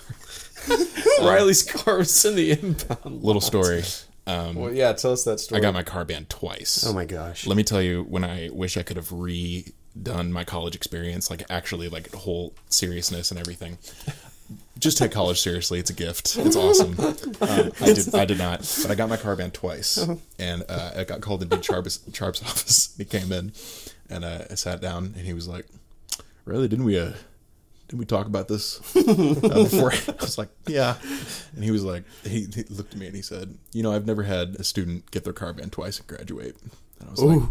Uh, Riley's car was in the impound.
Little story. Um,
Well, yeah, tell us that story.
I got my car banned twice.
Oh my gosh.
Let me tell you, when I wish I could have redone my college experience, like actually, like whole seriousness and everything. Just take college seriously; it's a gift. It's awesome. Uh, I did, I did not, but I got my car banned twice, and uh, I got called into Charb's, Charb's office. He came in, and uh, I sat down, and he was like, "Really? Didn't we? Uh, didn't we talk about this uh, before?" I was like, "Yeah," and he was like, he, he looked at me and he said, "You know, I've never had a student get their car banned twice and graduate." And I was like,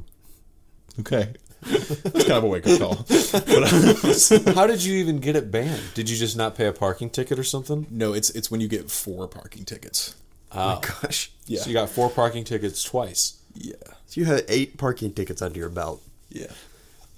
Okay. It's kind of a wake up call. But, uh,
How did you even get it banned? Did you just not pay a parking ticket or something?
no, it's it's when you get four parking tickets.
Oh my gosh.
Yeah.
So you got four parking tickets twice.
Yeah.
So you had eight parking tickets under your belt,
Yeah.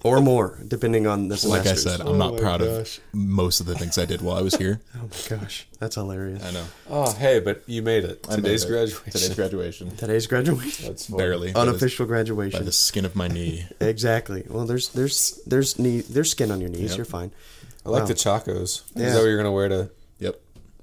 or more, depending on the
Like
semesters.
I said, I'm not proud of most of the things I did while I was here.
Oh my gosh, that's hilarious.
I know.
Oh, hey, but you made it.
I made
Today's
it.
graduation.
Today's graduation.
Today's graduation,
That's fun.
Barely. By the-
unofficial
By
graduation.
the skin of my knee.
Exactly. Well, there's there's there's knee there's skin on your knees.
Yep.
You're fine.
I like
Wow.
the chacos. Is
Yeah.
that what you're gonna wear to
Yep.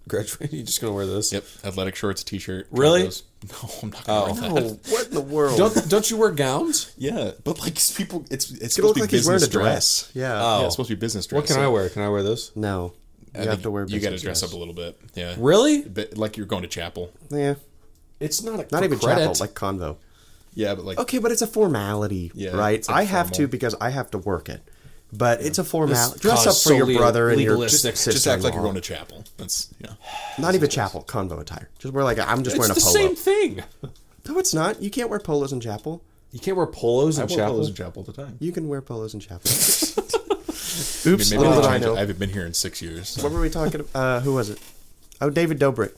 graduate? You're just gonna wear this?
Yep. Athletic shorts, t shirt.
Really?
No, I'm not going to wear that.
Oh, what in the world?
Don't don't you wear gowns?
Yeah. But like people, it's, it's
It'll look
supposed to be
like he's
business
wearing a
dress.
dress. Yeah.
Oh.
Yeah, it's supposed to be business dress.
What can I wear? Can I wear this?
No, you have to wear.
You got to
business
dress
dress.
up a little bit. Yeah.
Really?
But like you're going to chapel.
Yeah.
It's not a
Not
for
even
credit.
chapel, like convo.
Yeah, but like.
Okay, but it's a formality,
Yeah,
right?
it's like
I have to
formal.
because I have to work it. But it's a formality.
This
Dress
cause
up for your
solely
brother and your
legalistic.
just,
Just act like you're going to chapel. That's, yeah.
Not even chapel, convo attire. Just wear like a, I'm just
It's
wearing
the
a polo.
same thing.
No, it's not. You can't wear polos in chapel.
You can't wear polos in
I wore
chapel.
polos in chapel all the time.
You can wear polos in chapel.
I mean,
Oops,
maybe
little
they
did I
changed it.
know.
I haven't been here in six years. so-
What were we talking about? Uh, who was it? Oh, David Dobrik.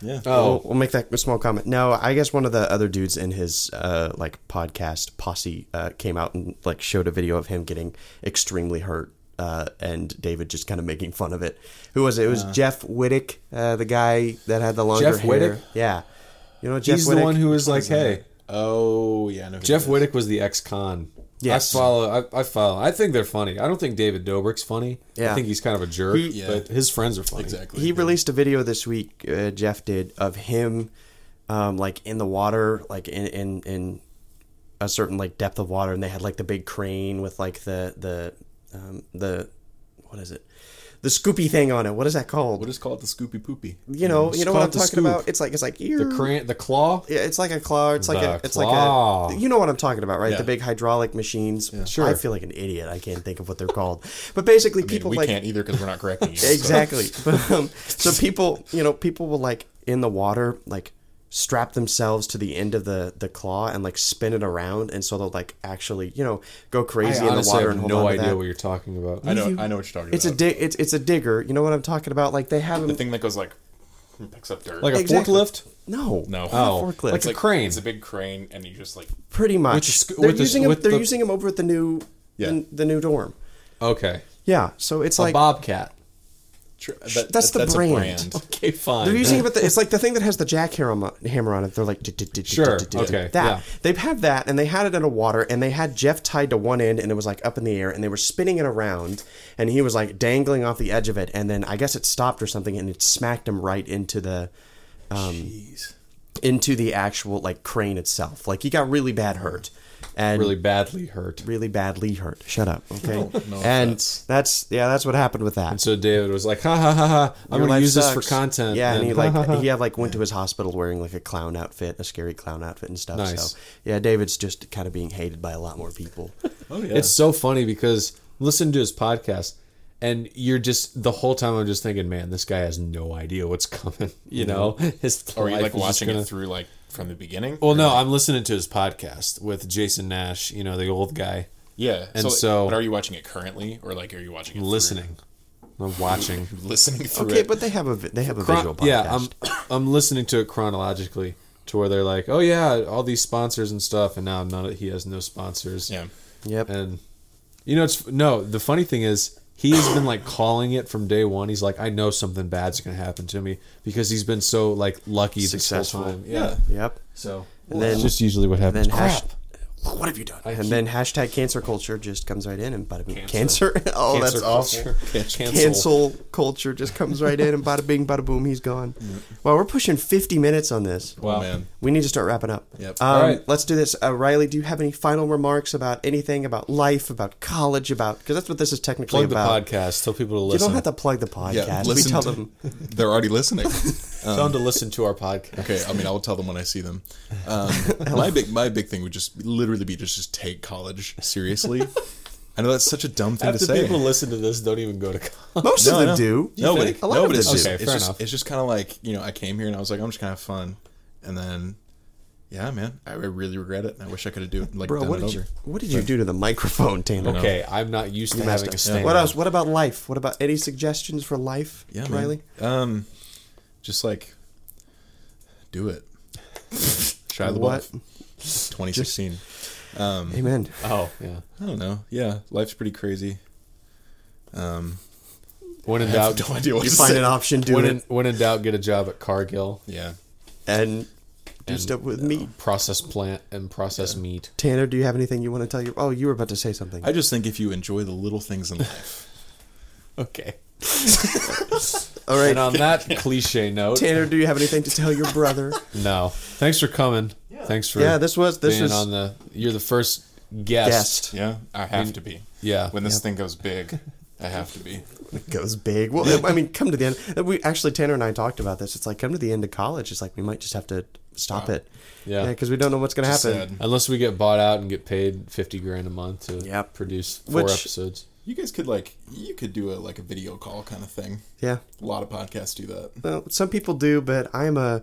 Yeah.
Oh.
We'll, we'll make that a small comment. No, I guess one of the other dudes in his uh, like podcast posse uh, came out and like showed a video of him getting extremely hurt, uh, and David just kind of making fun of it. Who was it? It was Jeff Whittick, uh, the guy that had the longer
Jeff
hair.
Whittick?
Yeah, you know Jeff
He's
Whittick.
the one who was like, "Hey,
Oh yeah. I know who
Jeff
that is.
Whittick was the ex-con.
Yes.
I follow. I, I follow. I think they're funny. I don't think David Dobrik's funny.
Yeah.
I think he's kind of a jerk,
Yeah.
but his friends are funny.
Exactly.
he released a video this week. Uh, Jeff did of him, um, like in the water, like in in in a certain like depth of water, and they had like the big crane with like the the um, the what is it, the scoopy thing on it. What is that called?
We'll just call it the Scoopy Poopy.
you know,
Mm, It's
you know what I'm
called the
talking
scoop.
about. It's like it's like
The cran, the claw.
yeah, it's like a claw. It's like
The
a, it's
claw.
like a, you know what I'm talking about, right?
Yeah.
The big hydraulic machines.
Sure.
I feel like an idiot. I can't think of what they're called, but basically,
I mean,
people
we
like
can't either because we're not correcting you. so-
exactly. But, um, so people, you know, people will like in the water, like strap themselves to the end of the the claw and like spin it around, and so they'll like actually, you know, go
I
crazy in the
honestly
water and
have
hold
no
on to
idea
that.
what you're talking about.
I know. I know what you're talking
it's a
about.
dig. It's it's a digger. You know what I'm talking about? Like they have
the
them.
thing that goes like and picks up dirt.
like a
Exactly.
forklift.
No,
No.
not
Oh,
forklift.
like a
Like
crane.
It's a big crane, and you just like
pretty much.
with the sc-
they're
with the-
using them.
with
they're
the-
using them over at the new
Yeah.
the, the new dorm.
Okay.
Yeah, so it's
a
like
bobcat.
tr- that,
that's the
that's
brand.
A brand.
Okay, fine.
They're using it, but the, it's like the thing that has the jackhammer on, hammer on it. They're like,
Sure,
sure,
okay,
that
yeah.
they had that, and they had it in a water, and they had Jeff tied to one end, and it was like up in the air, and they were spinning it around, and he was like dangling off the edge of it, and then I guess it stopped or something, and it smacked him right into the
Oh, Jeez.
into the actual like crane itself. Like he got really bad hurt, and
really badly hurt.
really badly hurt. Shut up, okay?
no
and
offense.
that's yeah, that's what happened with that.
So David was like, "Ha ha ha ha! I'm
Your
going to
life
use this for
sucks.
content."
Yeah, and he
ha, ha, ha.
like he had like went to his hospital wearing like a clown outfit, a scary clown outfit and stuff.
Nice.
So yeah, David's just kind of being hated by a lot more people.
Oh yeah.
It's so funny because listen to his podcast, and you're just the whole time I'm just thinking, man, this guy has no idea what's coming. You know, his
or are you
life
like
is just
watching
gonna-
it through like from the beginning?
Well, no, I'm listening to his podcast with Jason Nash. You know, the old guy.
yeah.
and so-
but are you watching it currently, or like are you watching it through-
Listening, I'm watching.
listening through
Okay,
it?
but they have a vi- they have a
Chron-
visual podcast.
Yeah, um, I'm I'm listening to it chronologically to where they're like, oh yeah, all these sponsors and stuff, and now none of, he has no sponsors.
yeah.
yep.
and you know it's no. The funny thing is He has been like calling it from day one. He's like, I know something bad's gonna happen to me because he's been so like lucky
Successful.
this whole time. Yeah.
Yep.
So
And
that's
then-
just usually what
And then
happens.
hash,
What have you done?
and then hashtag cancel culture just comes right in and bada bing. Cancer. oh, that's awesome.
culture. Cancel.
Cancel culture just comes right in and bada bing, bada boom. He's gone. Well, we're pushing 50 minutes on this.
Wow.
man.
We need to start wrapping up.
Yep.
Um,
All right.
Let's do this. Uh, Riley, do you have any final remarks about anything, about life, about college, about because that's what this is technically
Plug the
about.
podcast. Tell people to
You
listen.
don't have to plug the podcast.
Yeah,
we
listen
tell
to-
them
They're already listening.
Um,
Tell them to listen to our podcast.
Okay, I mean, I'll tell them when I see them. Um, my big, my big thing would just literally be just just take college seriously. I know that's such a dumb thing
Half
to
the
say.
people listen to this don't even go to college.
most of
No, no.
them do.
No,
You
but-
think? a lot
no,
of
but
them
it's
do.
just,
Okay,
it's
fair
just,
enough.
It's just kind of like you know, I came here and I was like, I'm just gonna have fun, and then, yeah, man, I really regret it, and I wish I could have do it like
Bro,
done
what
it
did
over.
you what did you do to the microphone, Tanner?
Okay, I'm not used to having a stand.
What else? What about life? What about any suggestions for life,
yeah, man.
Riley?
Um, just like, do it. Try the
What?
2016. um,
Amen.
Oh, yeah.
I don't know. Yeah, life's pretty crazy. Um,
When in
I have
doubt,
no idea what
You
to
find
say.
an option, do
when
it,
in, when in doubt, get a job at Cargill.
Yeah.
and do
and,
stuff with
uh,
me.
Process plant and process meat.
Tanner, do you have anything you want to tell you? Oh, you were about to say something.
I just think if you enjoy the little things in life,
Okay.
All right,
And on that cliche note,
Tanner, do you have anything to tell your brother?
no. Thanks for coming. Thanks for
yeah, this was this
being
was
on the. You're the first guest.
guest
yeah, I have to be.
Yeah.
When this thing goes big, I have to be.
goes big. Well, I mean, come to the end. We actually Tanner and I talked about this. It's like come to the end of college. It's like we might just have to stop it.
Yeah.
because we don't know what's going to
Just
happen.
sad.
Unless we get bought out and get paid fifty grand a month to
Yep.
produce four
Which-
episodes.
You guys could like you could do a like a video call kind of thing.
Yeah.
A lot of podcasts do that.
Well, some people do, but I'm a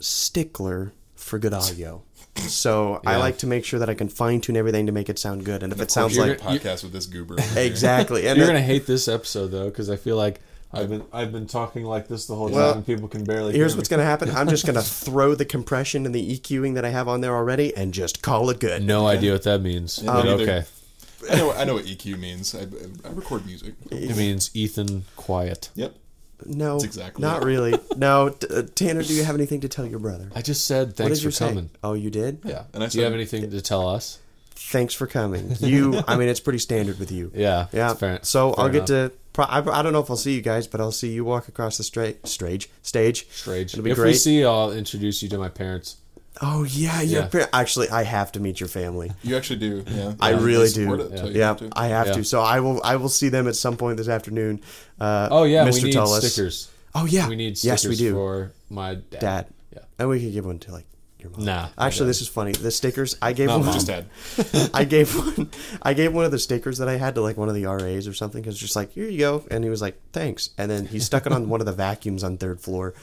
stickler for good audio. So I
Yeah.
like to make sure that I can fine tune everything to make it sound good. And if it sounds
You're
like
gonna podcast with this goober. over here.
exactly, and
You're
it-
gonna hate this episode though, because I feel like I've been I've been talking like this the whole time,
Well,
and people can barely.
here's
hear
what's
me.
going to happen. I'm just going to throw the compression and the EQing that I have on there already and just call it good.
No idea what that means. but
neither.
okay,
I know I know what EQ means. I, I record music.
it means Ethan quiet.
Yep.
No,
That's exactly
not
it.
really. No, t- uh, Tanner, do you have anything to tell your brother?
I just said
What
thanks
did
for
you say?
coming.
Oh, you did.
Yeah.
And I
Do you have
said-
anything to tell us?
Thanks for coming. You, I mean, it's pretty standard with you.
Yeah.
Yeah.
it's fair-
so
fair
I'll get
enough.
to. Pro- I, I don't know if I'll see you guys, but I'll see you walk across the straight stage. Stage.
Strange.
It'll be
if
great.
we see, you, I'll introduce you to my parents.
oh yeah, yeah.
Yeah.
actually, I have to meet your family.
You actually do. Yeah.
I
Yeah, they
really
support
do.
it till you
Yeah,
have to.
I have
Yeah.
to. So I will. I will see them at some point this afternoon. Uh,
Oh yeah,
Mr.
we need
Tullis.
stickers.
Oh yeah,
We need
yes,
stickers
we do.
for my dad.
Dad.
Yeah.
And we could give one to like your mom.
Nah.
Actually, this is funny. The stickers I gave one.
Just add.
I gave one. I gave one of the stickers that I had to like one of the RAs or something. Cause just like here you go, and he was like thanks, and then he stuck it on one of the vacuums on third floor.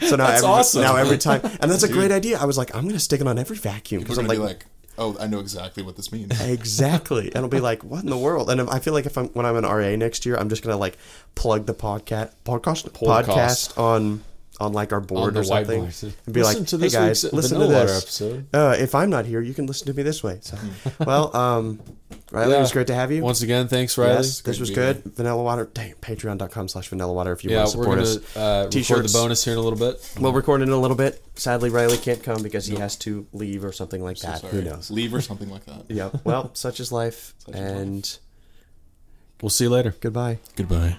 So now
That's
every,
awesome.
now every time, and that's a great idea. I was like, I'm gonna stick it on every vacuum
We're
because I'm
gonna
like,
be like, oh, I know exactly what this means.
exactly, and it'll be like what in the world? And if- I feel like if I'm when I'm an RA next year, I'm just gonna like plug the podcast podcast podcast on on like our board
the
or something,
whiteboard.
and be
Listen
like,
to
hey
this
guys,
week's
listen to
Vanilla Water
this
episode.
Uh, if I'm not here, you can listen to me this way. So, well, um, Riley, it was
Yeah.
great to have you.
Once again, thanks, Riley.
Yes, this
to
was
be
good. Vanilla Water, dang, patreon.com slash vanilla water if you
Yeah,
want to
we're
support
gonna
us.
uh, record the
T-shirts.
bonus here in a little bit.
We'll record it in a little bit. Sadly, Riley can't come because he has to leave or something like that.
Sorry.
Who knows?
Leave or something like that.
yeah, well, such is life.
is
and
We'll see you later.
goodbye.
Goodbye.